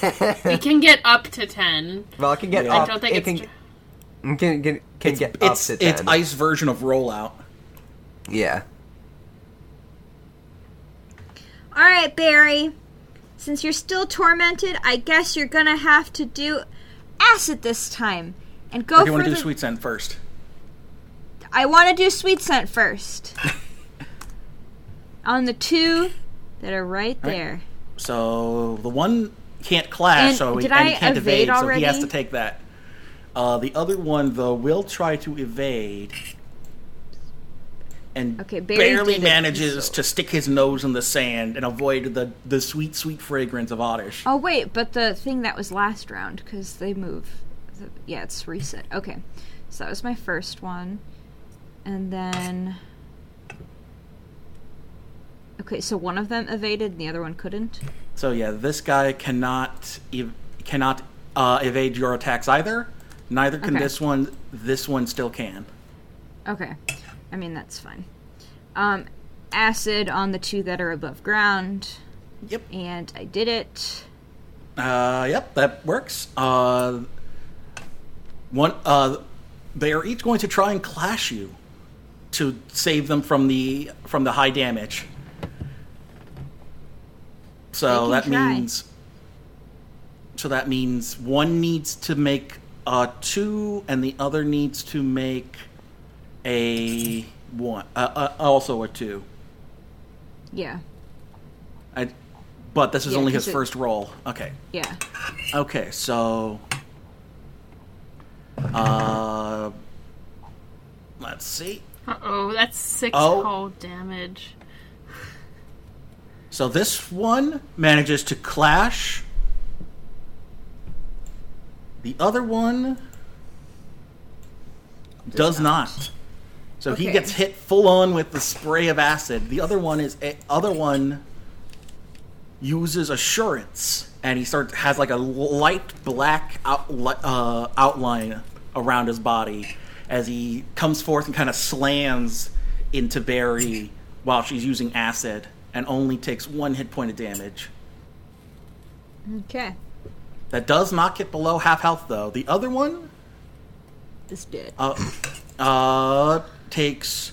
It can get up to 10. well, it can get Yeah. I up. I don't think it it's. can, tr- it can can, can get It's up to it's ten. ice version of rollout. Yeah. All right, Barry. Since you're still tormented, I guess you're gonna have to do acid this time, and go Or do you for want to the. do Sweet Scent first? I want to do sweet scent first. On the two that are right there. So the one can't clash, And so he, did and he I can't evade, evade so he has already? to take that. Uh, the other one, though, will try to evade and Okay, Barry barely did it, manages so- to stick his nose in the sand and avoid the, the sweet, sweet fragrance of Oddish. Oh wait, but the thing that was last round because they move. The- yeah, it's reset. Okay, so that was my first one, and then. Okay, so one of them evaded and the other one couldn't. So yeah, this guy cannot ev- cannot uh, evade your attacks either. Neither can Okay. this one. This one still can. Okay, I mean that's fine. Um, acid on the two that are above ground, Yep. and I did it. Uh, yep, that works. Uh, one, uh, they are each going to try and clash you to save them from the from the high damage. So They that can try. means, so that means one needs to make a two, and the other needs to make a one, uh, uh, also a two. Yeah, I, but this is Yeah, only 'cause his it- first roll. Okay. yeah. Okay, so uh let's see. Uh oh, that's six Oh. cold damage. So this one manages to clash. The other one does, not. So he Okay. gets hit full on with the spray of acid. The other one is a, other one uses assurance, and he starts has like a light black out, uh, outline around his body as he comes forth and kind of slams into Barry while she's using acid, and only takes one hit point of damage. Okay, That does not get below half health though. The other one this did. uh, uh, takes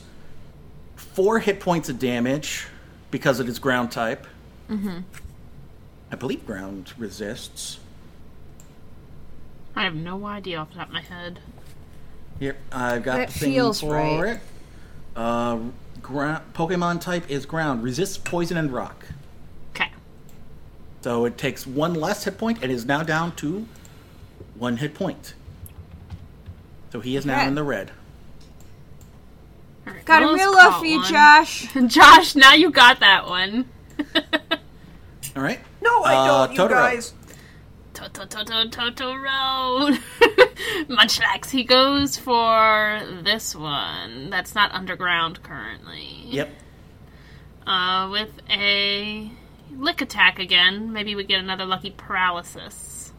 four hit points of damage because it is ground type. Mm-hmm. I believe ground resists. I have no idea off the top of my head. Here, I've got That the thing feels for right. it. Uh, gra- Pokemon type is ground. Resists poison and rock. Okay. So it takes one less hit point and is now down to one hit point. So he is now Okay. in the red. Alright, Got a Will's real low caught for you, one. Josh. Josh, now you got that one. All right. No, I Uh, don't. You Totoro. guys. Tot- Totoro. Munchlax. He goes for this one. That's not underground currently. Yep. Uh, with a lick attack again. Maybe we get another lucky paralysis.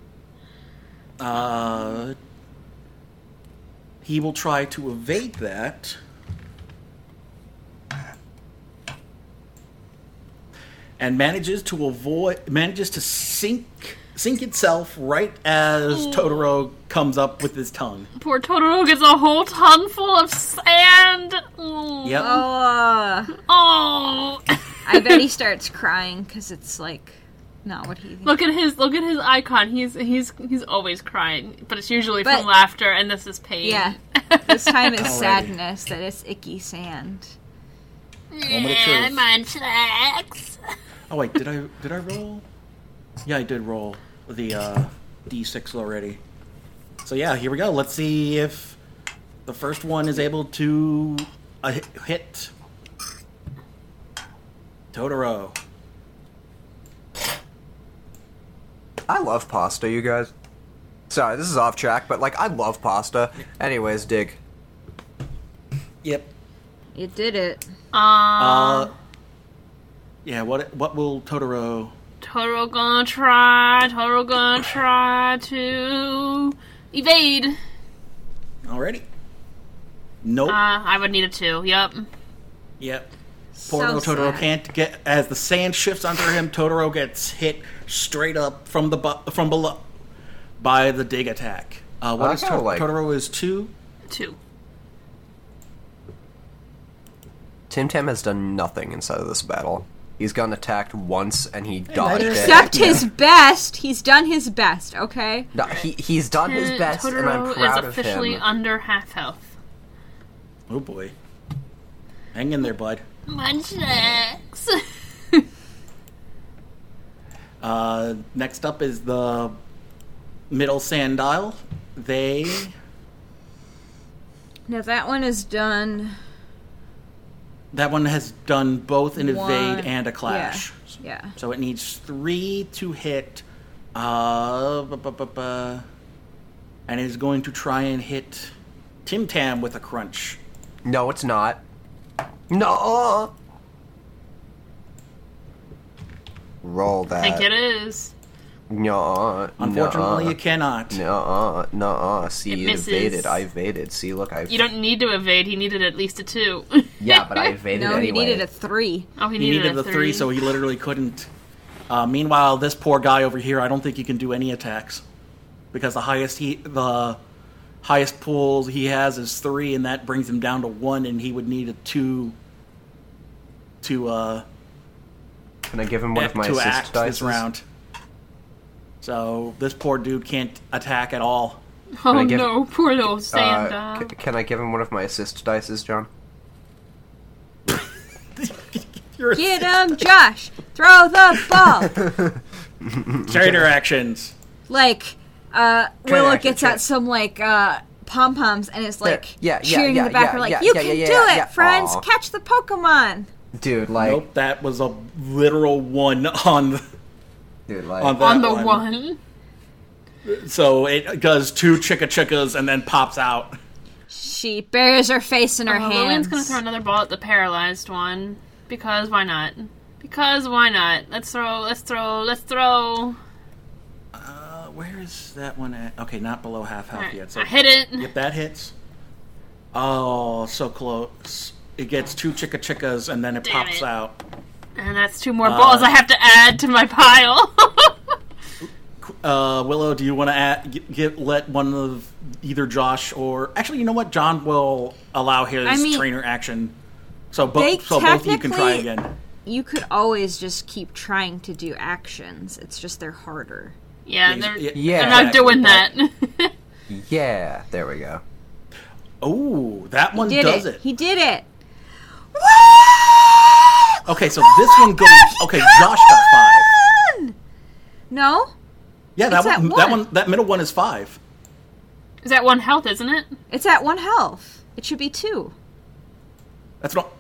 Uh, he will try to evade that. And manages to avoid manages to sink sink itself right as Totoro comes up with his tongue. Poor Totoro gets a whole ton full of sand. Ooh. Yep. Uh, Oh. I bet he starts crying because it's like not what he. Look at his look at his icon. He's he's he's always crying, but it's usually But- from laughter, and this is pain. Yeah, this time is sadness that it's icky sand. Moment of truth. Munchlax. Oh wait, did I did I roll? Yeah, I did roll the uh, d6 already. So yeah, here we go. Let's see if the first one is able to uh, hit- hit Totoro. I love pasta, you guys. Sorry, this is off track, but like I love pasta. Anyways, dig. Yep. You did it. Uh, yeah. What what will Totoro? Toro gonna try. Toro gonna try to evade. Uh, Already. Nope. I would need a two. Yep. Yep. Poor So little Totoro sad. can't get as the sand shifts under him. Totoro gets hit straight up from the bu- from below by the dig attack. Uh, what I is kinda Tot- like- Totoro is two. Two. Tim Tam has done nothing inside of this battle. He's gotten attacked once and he that dodged is- it. Except his best. He's done his best. Okay. No, he, he's done his Uh, best, and Totoro I'm proud is of officially him. under half health. Oh boy, hang in there, bud. Munchlax. Uh, next up is the middle sand dial. They Now that one is done. that one has done both an evade One- and a clash. Yeah. So it needs three to hit. Uh, bu- bu- bu- bu. and is going to try and hit Tim Tam with a crunch. No, it's not. No. Roll that. I think it is. No. Unfortunately, no, you cannot. No, no. See, It you misses. evaded. I evaded. See, look, I. You don't need to evade. He needed at least a two. Yeah, but I evaded No, anyway. he needed a three. oh, he He needed, needed the a three. so he literally couldn't. Uh, meanwhile, this poor guy over here, I don't think he can do any attacks because the highest he the highest pull he has is three, and that brings him down to one, and he would need a two to uh, Can I give him one of to my assist act dice this round. So this poor dude can't attack at all. oh I give- no, poor little sand Uh, dog. c- can I give him one of my assist dices, John? Your Get him, Josh. Throw the ball. trader actions. Like, uh, Try it, Willow actually, gets try out it. some like uh pom poms and is like Yeah, yeah, cheering yeah, in the back. yeah, We're like, yeah, you yeah, can yeah, do yeah, it, yeah." friends. Aw. Catch the Pokemon. Dude, like, Nope, that was a literal one on the, dude, like, on, that on the one. So it does two chicka chickas and then pops out. She buries her face in her Uh, Lillian's hands. gonna throw another ball at the paralyzed one because why not? Because why not? Let's throw. Let's throw. Let's throw. Uh, where is that one at? Okay, not below half health Alright, yet. So I hit it. If that hits, oh, so close. It gets two chicka chickas and then it Damn pops it. out. And that's two more balls I have to add to my pile. Uh, Willow, do you want to get, get let one of either Josh or actually, you know what? John will allow his I mean, trainer action, so, bo- they so both of you can try technically- again. you could always just keep trying to do actions. It's just they're harder. yeah, they're, Yeah. they're not doing that. yeah, there we go. Oh, that one Did does it. it. He did it. Oh. Okay, so this one goes. Okay, Josh got five. No, Yeah, that It's at one, that one. one, that middle one is five. Is that one health? Isn't it? it's at one health. It should be two. That's not.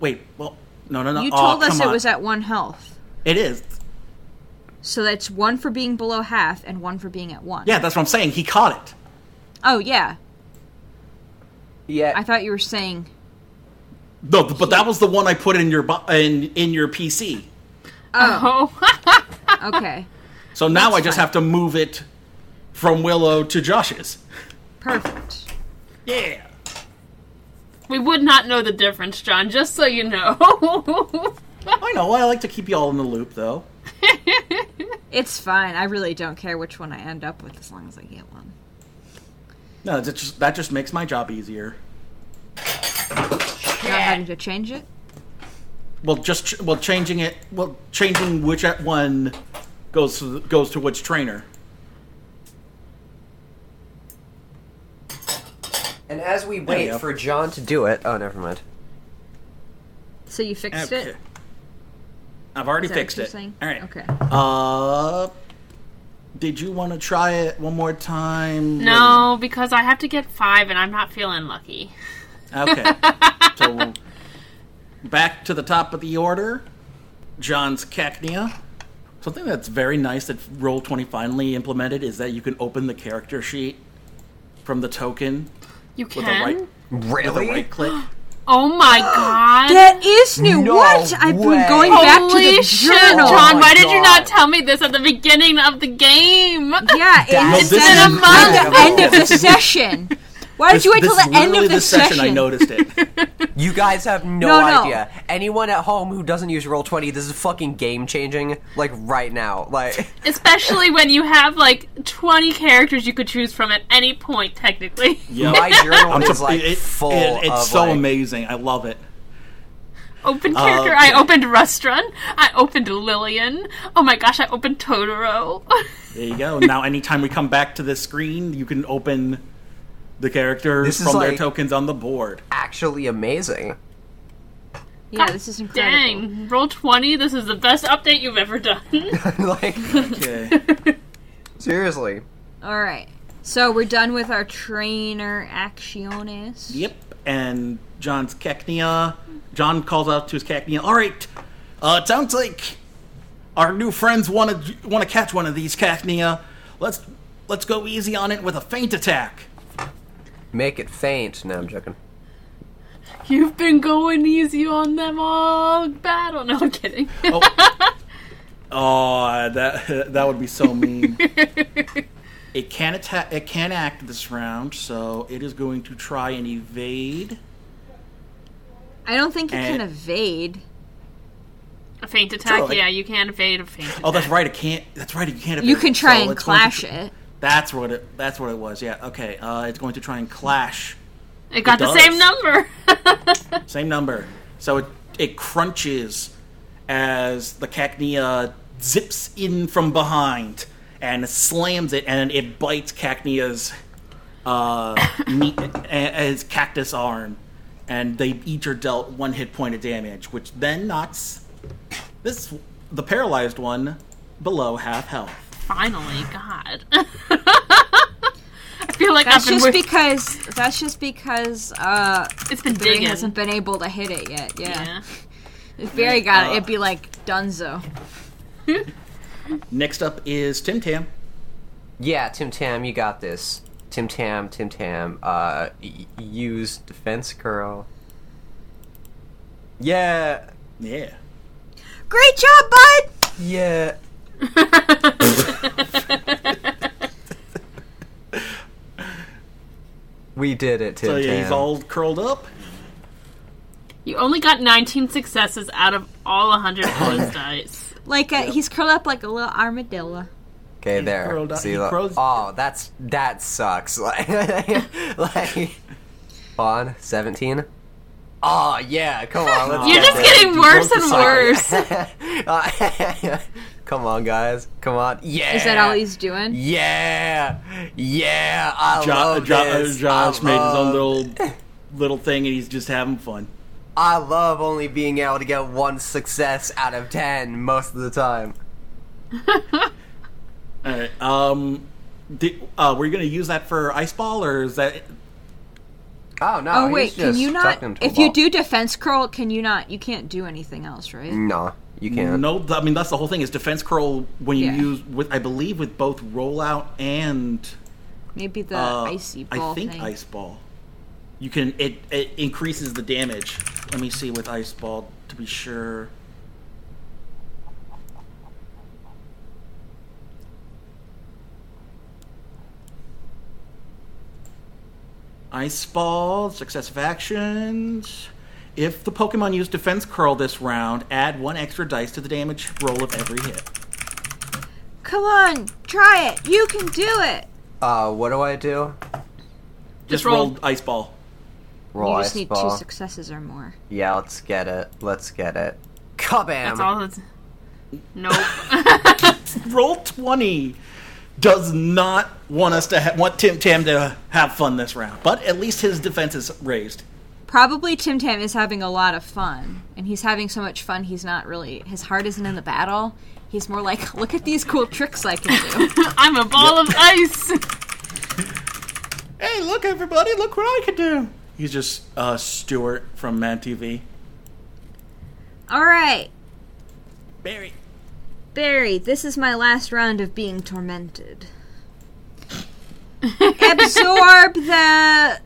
Wait, well, no, no, no. You Aw, told us Uh, oh, come it on. was at one health. It is. So that's one for being below half and one for being at one. Yeah, that's what I'm saying. He caught it. Oh yeah. Yeah. I thought you were saying No, but that was the one I put in your bo- in in your PC. Oh, okay. So now I just have to move it from Willow to Josh's. Perfect. Yeah. we would not know the difference, John. Just so you know. I know. I like to keep you all in the loop, though. It's fine. I really don't care which one I end up with as long as I get one. No, that just that just makes my job easier. Not having to change it. Well, just ch- well changing it. Well, changing which at one goes to the- goes to which trainer. And as we we wait go. for John to do it, oh, never mind. So you fixed it. I've already Is that fixed what you're it. saying? All right. Okay. Uh, did you want to try it one more time? no, because I have to get five, and I'm not feeling lucky. Okay. so back to the top of the order, John's Cacnea. Something that's very nice that Roll Twenty finally implemented is that you can open the character sheet from the token You with a can. right with a Really? right click. Oh my god. That is new. No what? I've way. been going back to Holy the shit, John! journal. Oh my why did you God. not tell me this at the beginning of the game? Yeah, No, it's this is at the incredible. end of the session. Why did you wait till this the is end literally of the, this session, I noticed it. You guys have no, No, no. idea. Anyone at home who doesn't use roll twenty, this is fucking game changing. Like right now, like Especially when you have like 20 characters you could choose from at any point, technically. Yep. my journal I'm is just- like it- it- full. it- it's of, so like- amazing. I love it. Open character. I opened Rustron. I opened Lillian. Oh my gosh, I opened Totoro. There you go. Now, anytime we come back to this screen, you can open the characters This is from their like- tokens on the board. Actually amazing. Yeah, this is incredible. Dang, roll 20. This is the best update you've ever done. like Okay. seriously. All right. So we're done with our trainer actiones. yep. And John's Cacnea. John calls out to his Cacnea. All right. Uh, it sounds like our new friends want to want to catch one of these Cacnea. Let's let's go easy on it with a feint attack. Make it faint. No, I'm joking. You've been going easy on them all battle. No, I'm kidding. Oh, oh that that would be so mean. it can attack. It can act this round, so it is going to try and evade. I don't think it can Eh. evade. a faint attack? Totally. Yeah, you can evade a faint attack. Oh, that's right. It can't. That's right. You can't. Evade. You can try So and it's going to clash tr- it. That's what it. That's what it was. Yeah. Okay. Uh, it's going to try and clash. It got It the does. same number. Same number. So it it crunches as the Cacnea zips in from behind and slams it, and it bites Cacnea's uh, meat, a- his cactus arm, and they each are dealt one hit point of damage, which then knocks this the paralyzed one below half health. Finally, God. I feel like That's I've been just with, because that's just because uh it's been Barry digging. hasn't been able to hit it yet. Yeah. Yeah. If Barry got it, Uh, it'd be like Dunzo. Next up is Tim Tam. Yeah, Tim Tam, you got this. Tim Tam, Tim Tam, uh, y- use defense curl. Yeah, Yeah. Great job, bud! yeah. we did it, Tim So Tam. yeah, he's all curled up. You only got 19 successes out of all 100 points dice. Like a, he's curled up like a little armadillo. okay, there. curled up- See, he look. curls- oh, that's that sucks. Like, like on seventeen. Oh yeah, come on. Let's You're get just this. getting worse and Sorry. worse. Uh, come on, guys. Come on. Yeah. Is that all he's doing? Eh. Yeah. Yeah. I Jo- love jo- this. Josh I made his own love- little little thing, and he's just having fun. I love only being able to get one success out of ten most of the time. All right. Um, did, uh, were you going to use that for ice ball, or is that? Oh no. Oh he's wait, can just you not? tucked into a If you ball. Mm. do defense curl, can you not? You can't do anything else, right? no, You can't. No, I mean that's the whole thing. Is defense curl when you Yeah. use with I believe with both rollout and Maybe the uh, icy ball I think thing. ice ball. You can it it increases the damage. Let me see with ice ball to be sure. Ice Ball, successive actions. If the Pokemon used Defense Curl this round, add one extra dice to the damage roll of every hit. Come on, try it. You can do it. Uh, what do I do? Just roll- rolled Ice Ball. Roll you ice just need ball. two successes or more. Yeah, let's get it. Let's get it. Kabam! That's all that's. Nope. Roll twenty does not want us to ha- want Tim Tam to have fun this round, but at least his defense is raised. Probably Tim Tam is having a lot of fun, and he's having so much fun he's not really his heart isn't in the battle. He's more like, look at these cool tricks I can do. I'm a ball of ice. Hey, look everybody! Look what I can do. He's just uh, Stuart from Mad TV. All right, Barry. Barry, this is my last round of being tormented. Absorb the.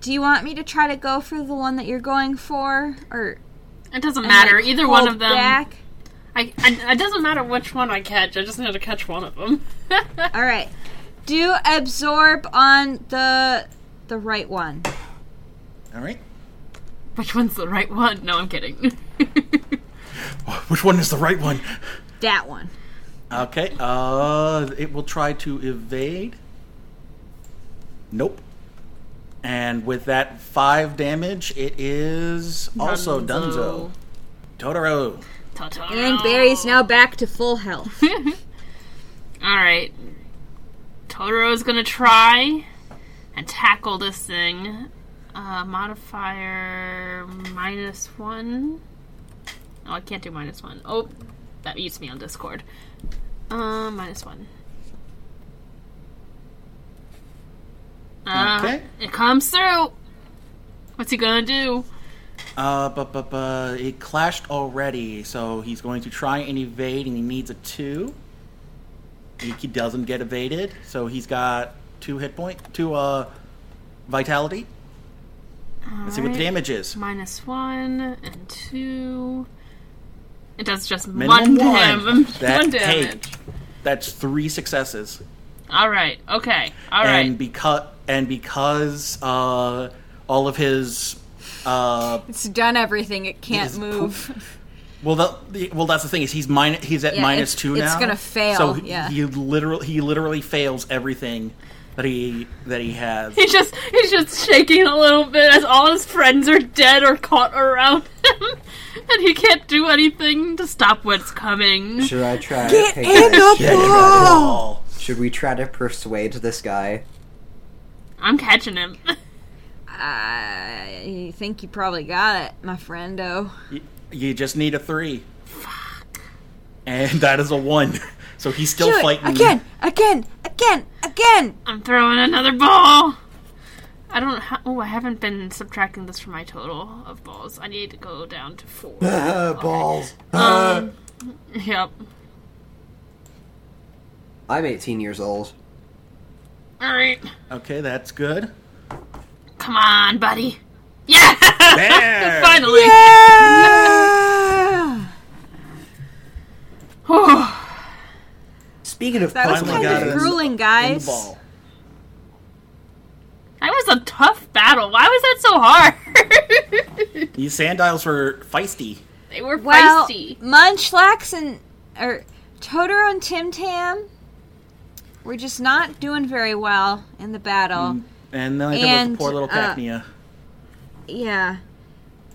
Do you want me to try to go for the one that you're going for, or It doesn't and, matter. like, Either one hold of them. Back? I, I. It doesn't matter which one I catch. I just need to catch one of them. All right, do absorb on the the right one. All right. which one's the right one? No, I'm kidding. Which one is the right one? That one. Okay. Uh, it will try to evade. Nope. And with that five damage, it is also Dunzo. Totoro. Totoro. And Oh. Barry's now back to full health. All right. Totoro's gonna try and tackle this thing. Uh, modifier minus one. Oh, I can't do minus one. Oh, that mutes me on Discord. Uh, minus one. Uh, Okay. It comes through. What's he gonna do? Uh, but but but it clashed already, so he's going to try and evade, and he needs a two. He, he doesn't get evaded, so he's got two hit point, two uh, vitality. Let's see what the Alright. damage is. Minus one and two. It does just Minimum one damage. one. That- one hey. damage. That's three successes. All right. Okay. All right. and because and because uh, all of his uh, it's done everything. It can't His move. well, that, the- well, that's the thing is he's min- he's at Yeah, minus it's- two it's now. gonna fail, So he, yeah. he literally he literally fails everything that he that he has. He's just he's just shaking a little bit as all his friends are dead or caught around him, and he can't do anything to stop what's coming. Should I try? Get in the Oh, Should we try to persuade this guy? I'm catching him. I think you probably got it, my friendo. you, you just need a three. Fuck. And that is a one. So he's still Do it fighting again, again, again, again. I'm throwing another ball. I don't. Ha- oh, I haven't been subtracting this from my total of balls. I need to go down to four. balls. Uh, um, yep. I'm 18 years old. All right. Okay, that's good. Come on, buddy. Yeah. There. Finally. Whew. Speaking of That was Finally kind got of it. grueling, In the guys. ball. that was a tough battle. Why was that so hard? These sandials were feisty. they were Well, feisty. Munchlax and or Totoro and Tim Tam were just not doing very well in the Mm. battle. And then there was And, the poor little uh, Cacnea. Yeah,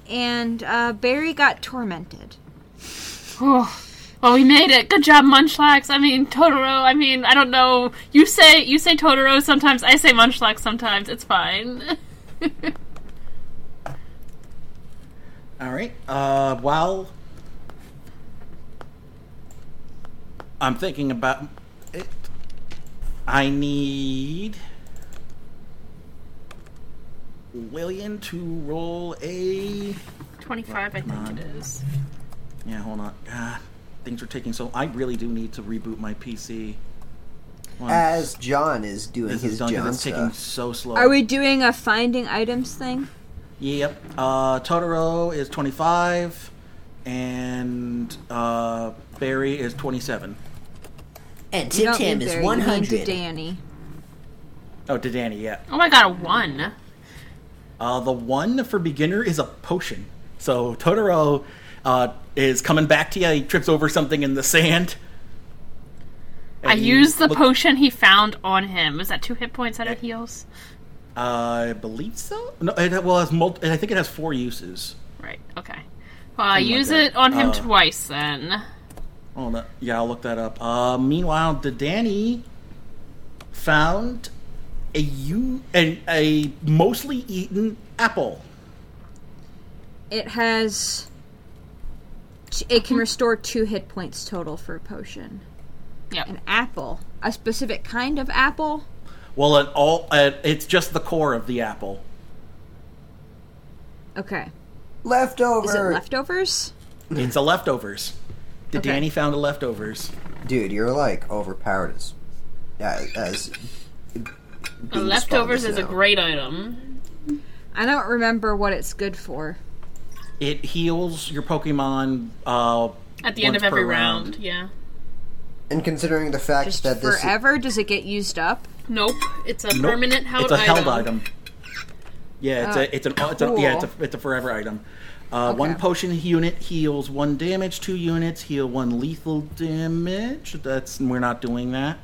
and uh, Barry got tormented. Oh, well, we made it. Good job, Munchlax. I mean, Totoro. I mean, I don't know. You say you say Totoro sometimes. I say Munchlax sometimes. It's fine. All right. Uh, while I'm thinking about it, I need Lillian to roll a 25, I think it is. Yeah, hold on. Ah, things are taking so. I really do need to reboot my PC. Well, As John is doing this his is done 'cause John it's taking stuff. so slow. Are we doing a finding items thing? Yep. Uh, Totoro is 25, and uh, Barry is 27. And You Tim don't Tam mean is Barry, you mean 100. Danny. Oh, to Danny, yeah. Oh, I got a 1. Uh, the one for beginner is a potion. So Totoro uh, is coming back to you. He trips over something in the sand. I And he used the look- potion he found on him. Was that two hit points out of heals? I believe so. No, it, well, it has multi- I think it has four uses. Right, okay. Oh Well, I use that. it on him twice then. Oh, no. yeah, I'll look that up. Uh, meanwhile, Danny found a u an, a mostly eaten apple. It has. It can restore two hit points total for a potion. Yep. An apple. A specific kind of apple? Well, it all uh, it's just the core of the apple. Okay. Is it Leftover. leftovers? It's a leftovers. The Okay. Danny found a leftovers. Dude, you're like overpowered as. Uh, as The being leftovers spawned is a now. great item. I don't remember what it's good for. It heals your Pokemon uh, At the end once of every per round. yeah. And considering the fact Just that this forever? Does it get used up? Nope. It's a Nope. permanent held It's a item. Oh, held item. Yeah, it's a it's an it's a, yeah it's a it's a forever item. Uh, One Okay. potion unit heals one damage. Two units heal one lethal damage. That's we're not doing that.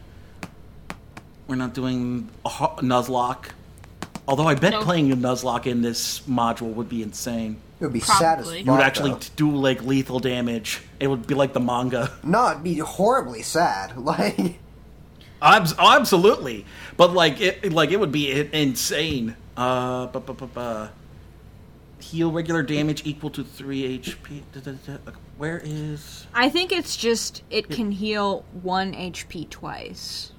We're not doing a ho- Nuzlocke. Although I bet Nope. playing a Nuzlocke in this module would be insane. it would be Probably. satisfying. You would actually t- do like lethal damage. It would be like the manga. No, it'd be horribly sad. Like, Abs- absolutely, but like it, like it would be i- insane. Uh, bu- bu- bu- bu. heal regular damage equal to three HP. Da- da- da- da. Where is? I think it's just it can heal one HP twice.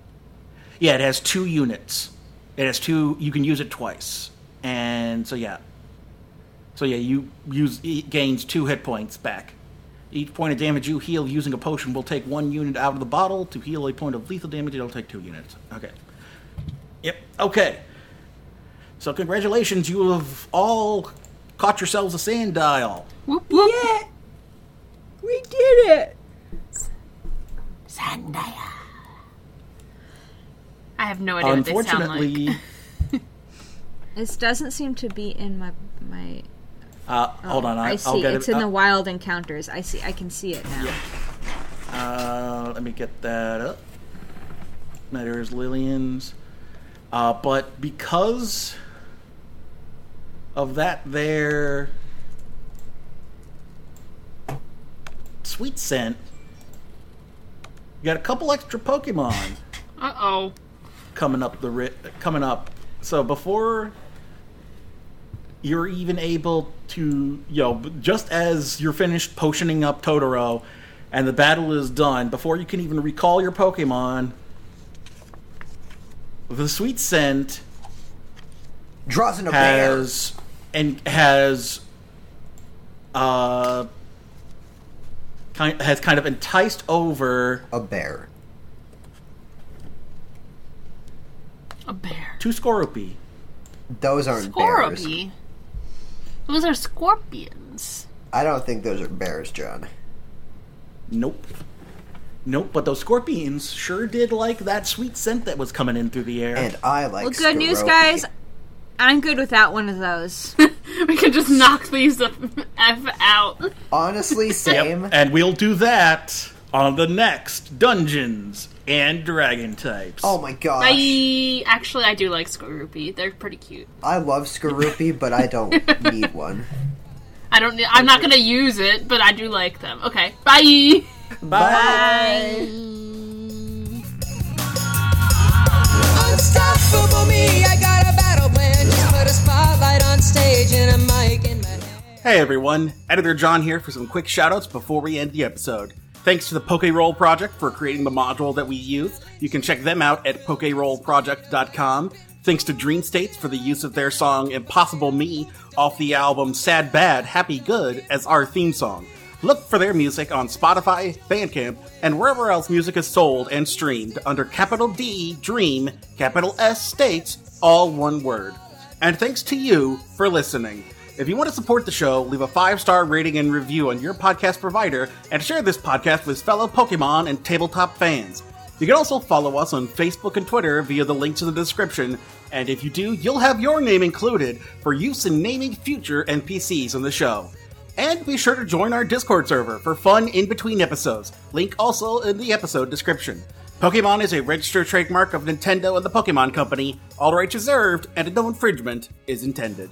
Yeah, it has two units. It has two. You can use it twice, and so yeah, so yeah, you use it gains two hit points back. Each point of damage you heal using a potion will take one unit out of the bottle. To heal a point of lethal damage, it'll take two units. Okay. Yep. Okay. So congratulations, you have all caught yourselves a sand dial. Whoop, whoop. We did it! Zendaya. I have no idea what they sound like. Unfortunately, This doesn't seem to be in my my. uh, hold on, I, I will see get it's it. in the uh, wild encounters. I see. I can see it now. Uh, let me get that up. There's Lillian's. Uh, but because of that, there. Sweet scent. You got a couple extra Pokemon Uh oh. coming up the ri- coming up. So before you're even able to, you know, just as you're finished potioning up Totoro and the battle is done, before you can even recall your Pokemon, the sweet scent draws in a bear. has and has uh kind has kind of enticed over A bear. A bear. two Scorupy. Those aren't bears. Scorpy. Those are scorpions. I don't think those are bears, John. Nope. Nope, but those scorpions sure did like that sweet scent that was coming in through the air. And I like. Well, good news, Skoropy. guys. I'm good without one of those. We can just knock these the F out. Honestly, same. and we'll do that on the next Dungeons and Dragon types. Oh my gosh. I actually I do like Scorpy. They're pretty cute. I love Skorupi, but I don't need one. I don't. I'm not gonna use it, but I do like them. Okay. Bye. Unstoppable me, I got a battle plan. Just put a spotlight on stage and a mic in my hand. Hey everyone, Editor John here for some quick shoutouts before we end the episode. Thanks to the PokeRoll Project for creating the module that we use. You can check them out at PokeRollProject.com. Thanks to Dream States for the use of their song Impossible Me off the album Sad Bad, Happy Good as our theme song. Look for their music on Spotify, Bandcamp, and wherever else music is sold and streamed under capital D, Dream, capital S, States, all one word. And thanks to you for listening. If you want to support the show, leave a five star rating and review on your podcast provider and share this podcast with fellow Pokemon and tabletop fans. You can also follow us on Facebook and Twitter via the links in the description, and if you do, you'll have your name included for use in naming future NPCs on the show. And be sure to join our Discord server for fun in between episodes. Link also in the episode description. Pokemon is a registered trademark of Nintendo and the Pokemon Company. All rights reserved, and no infringement is intended.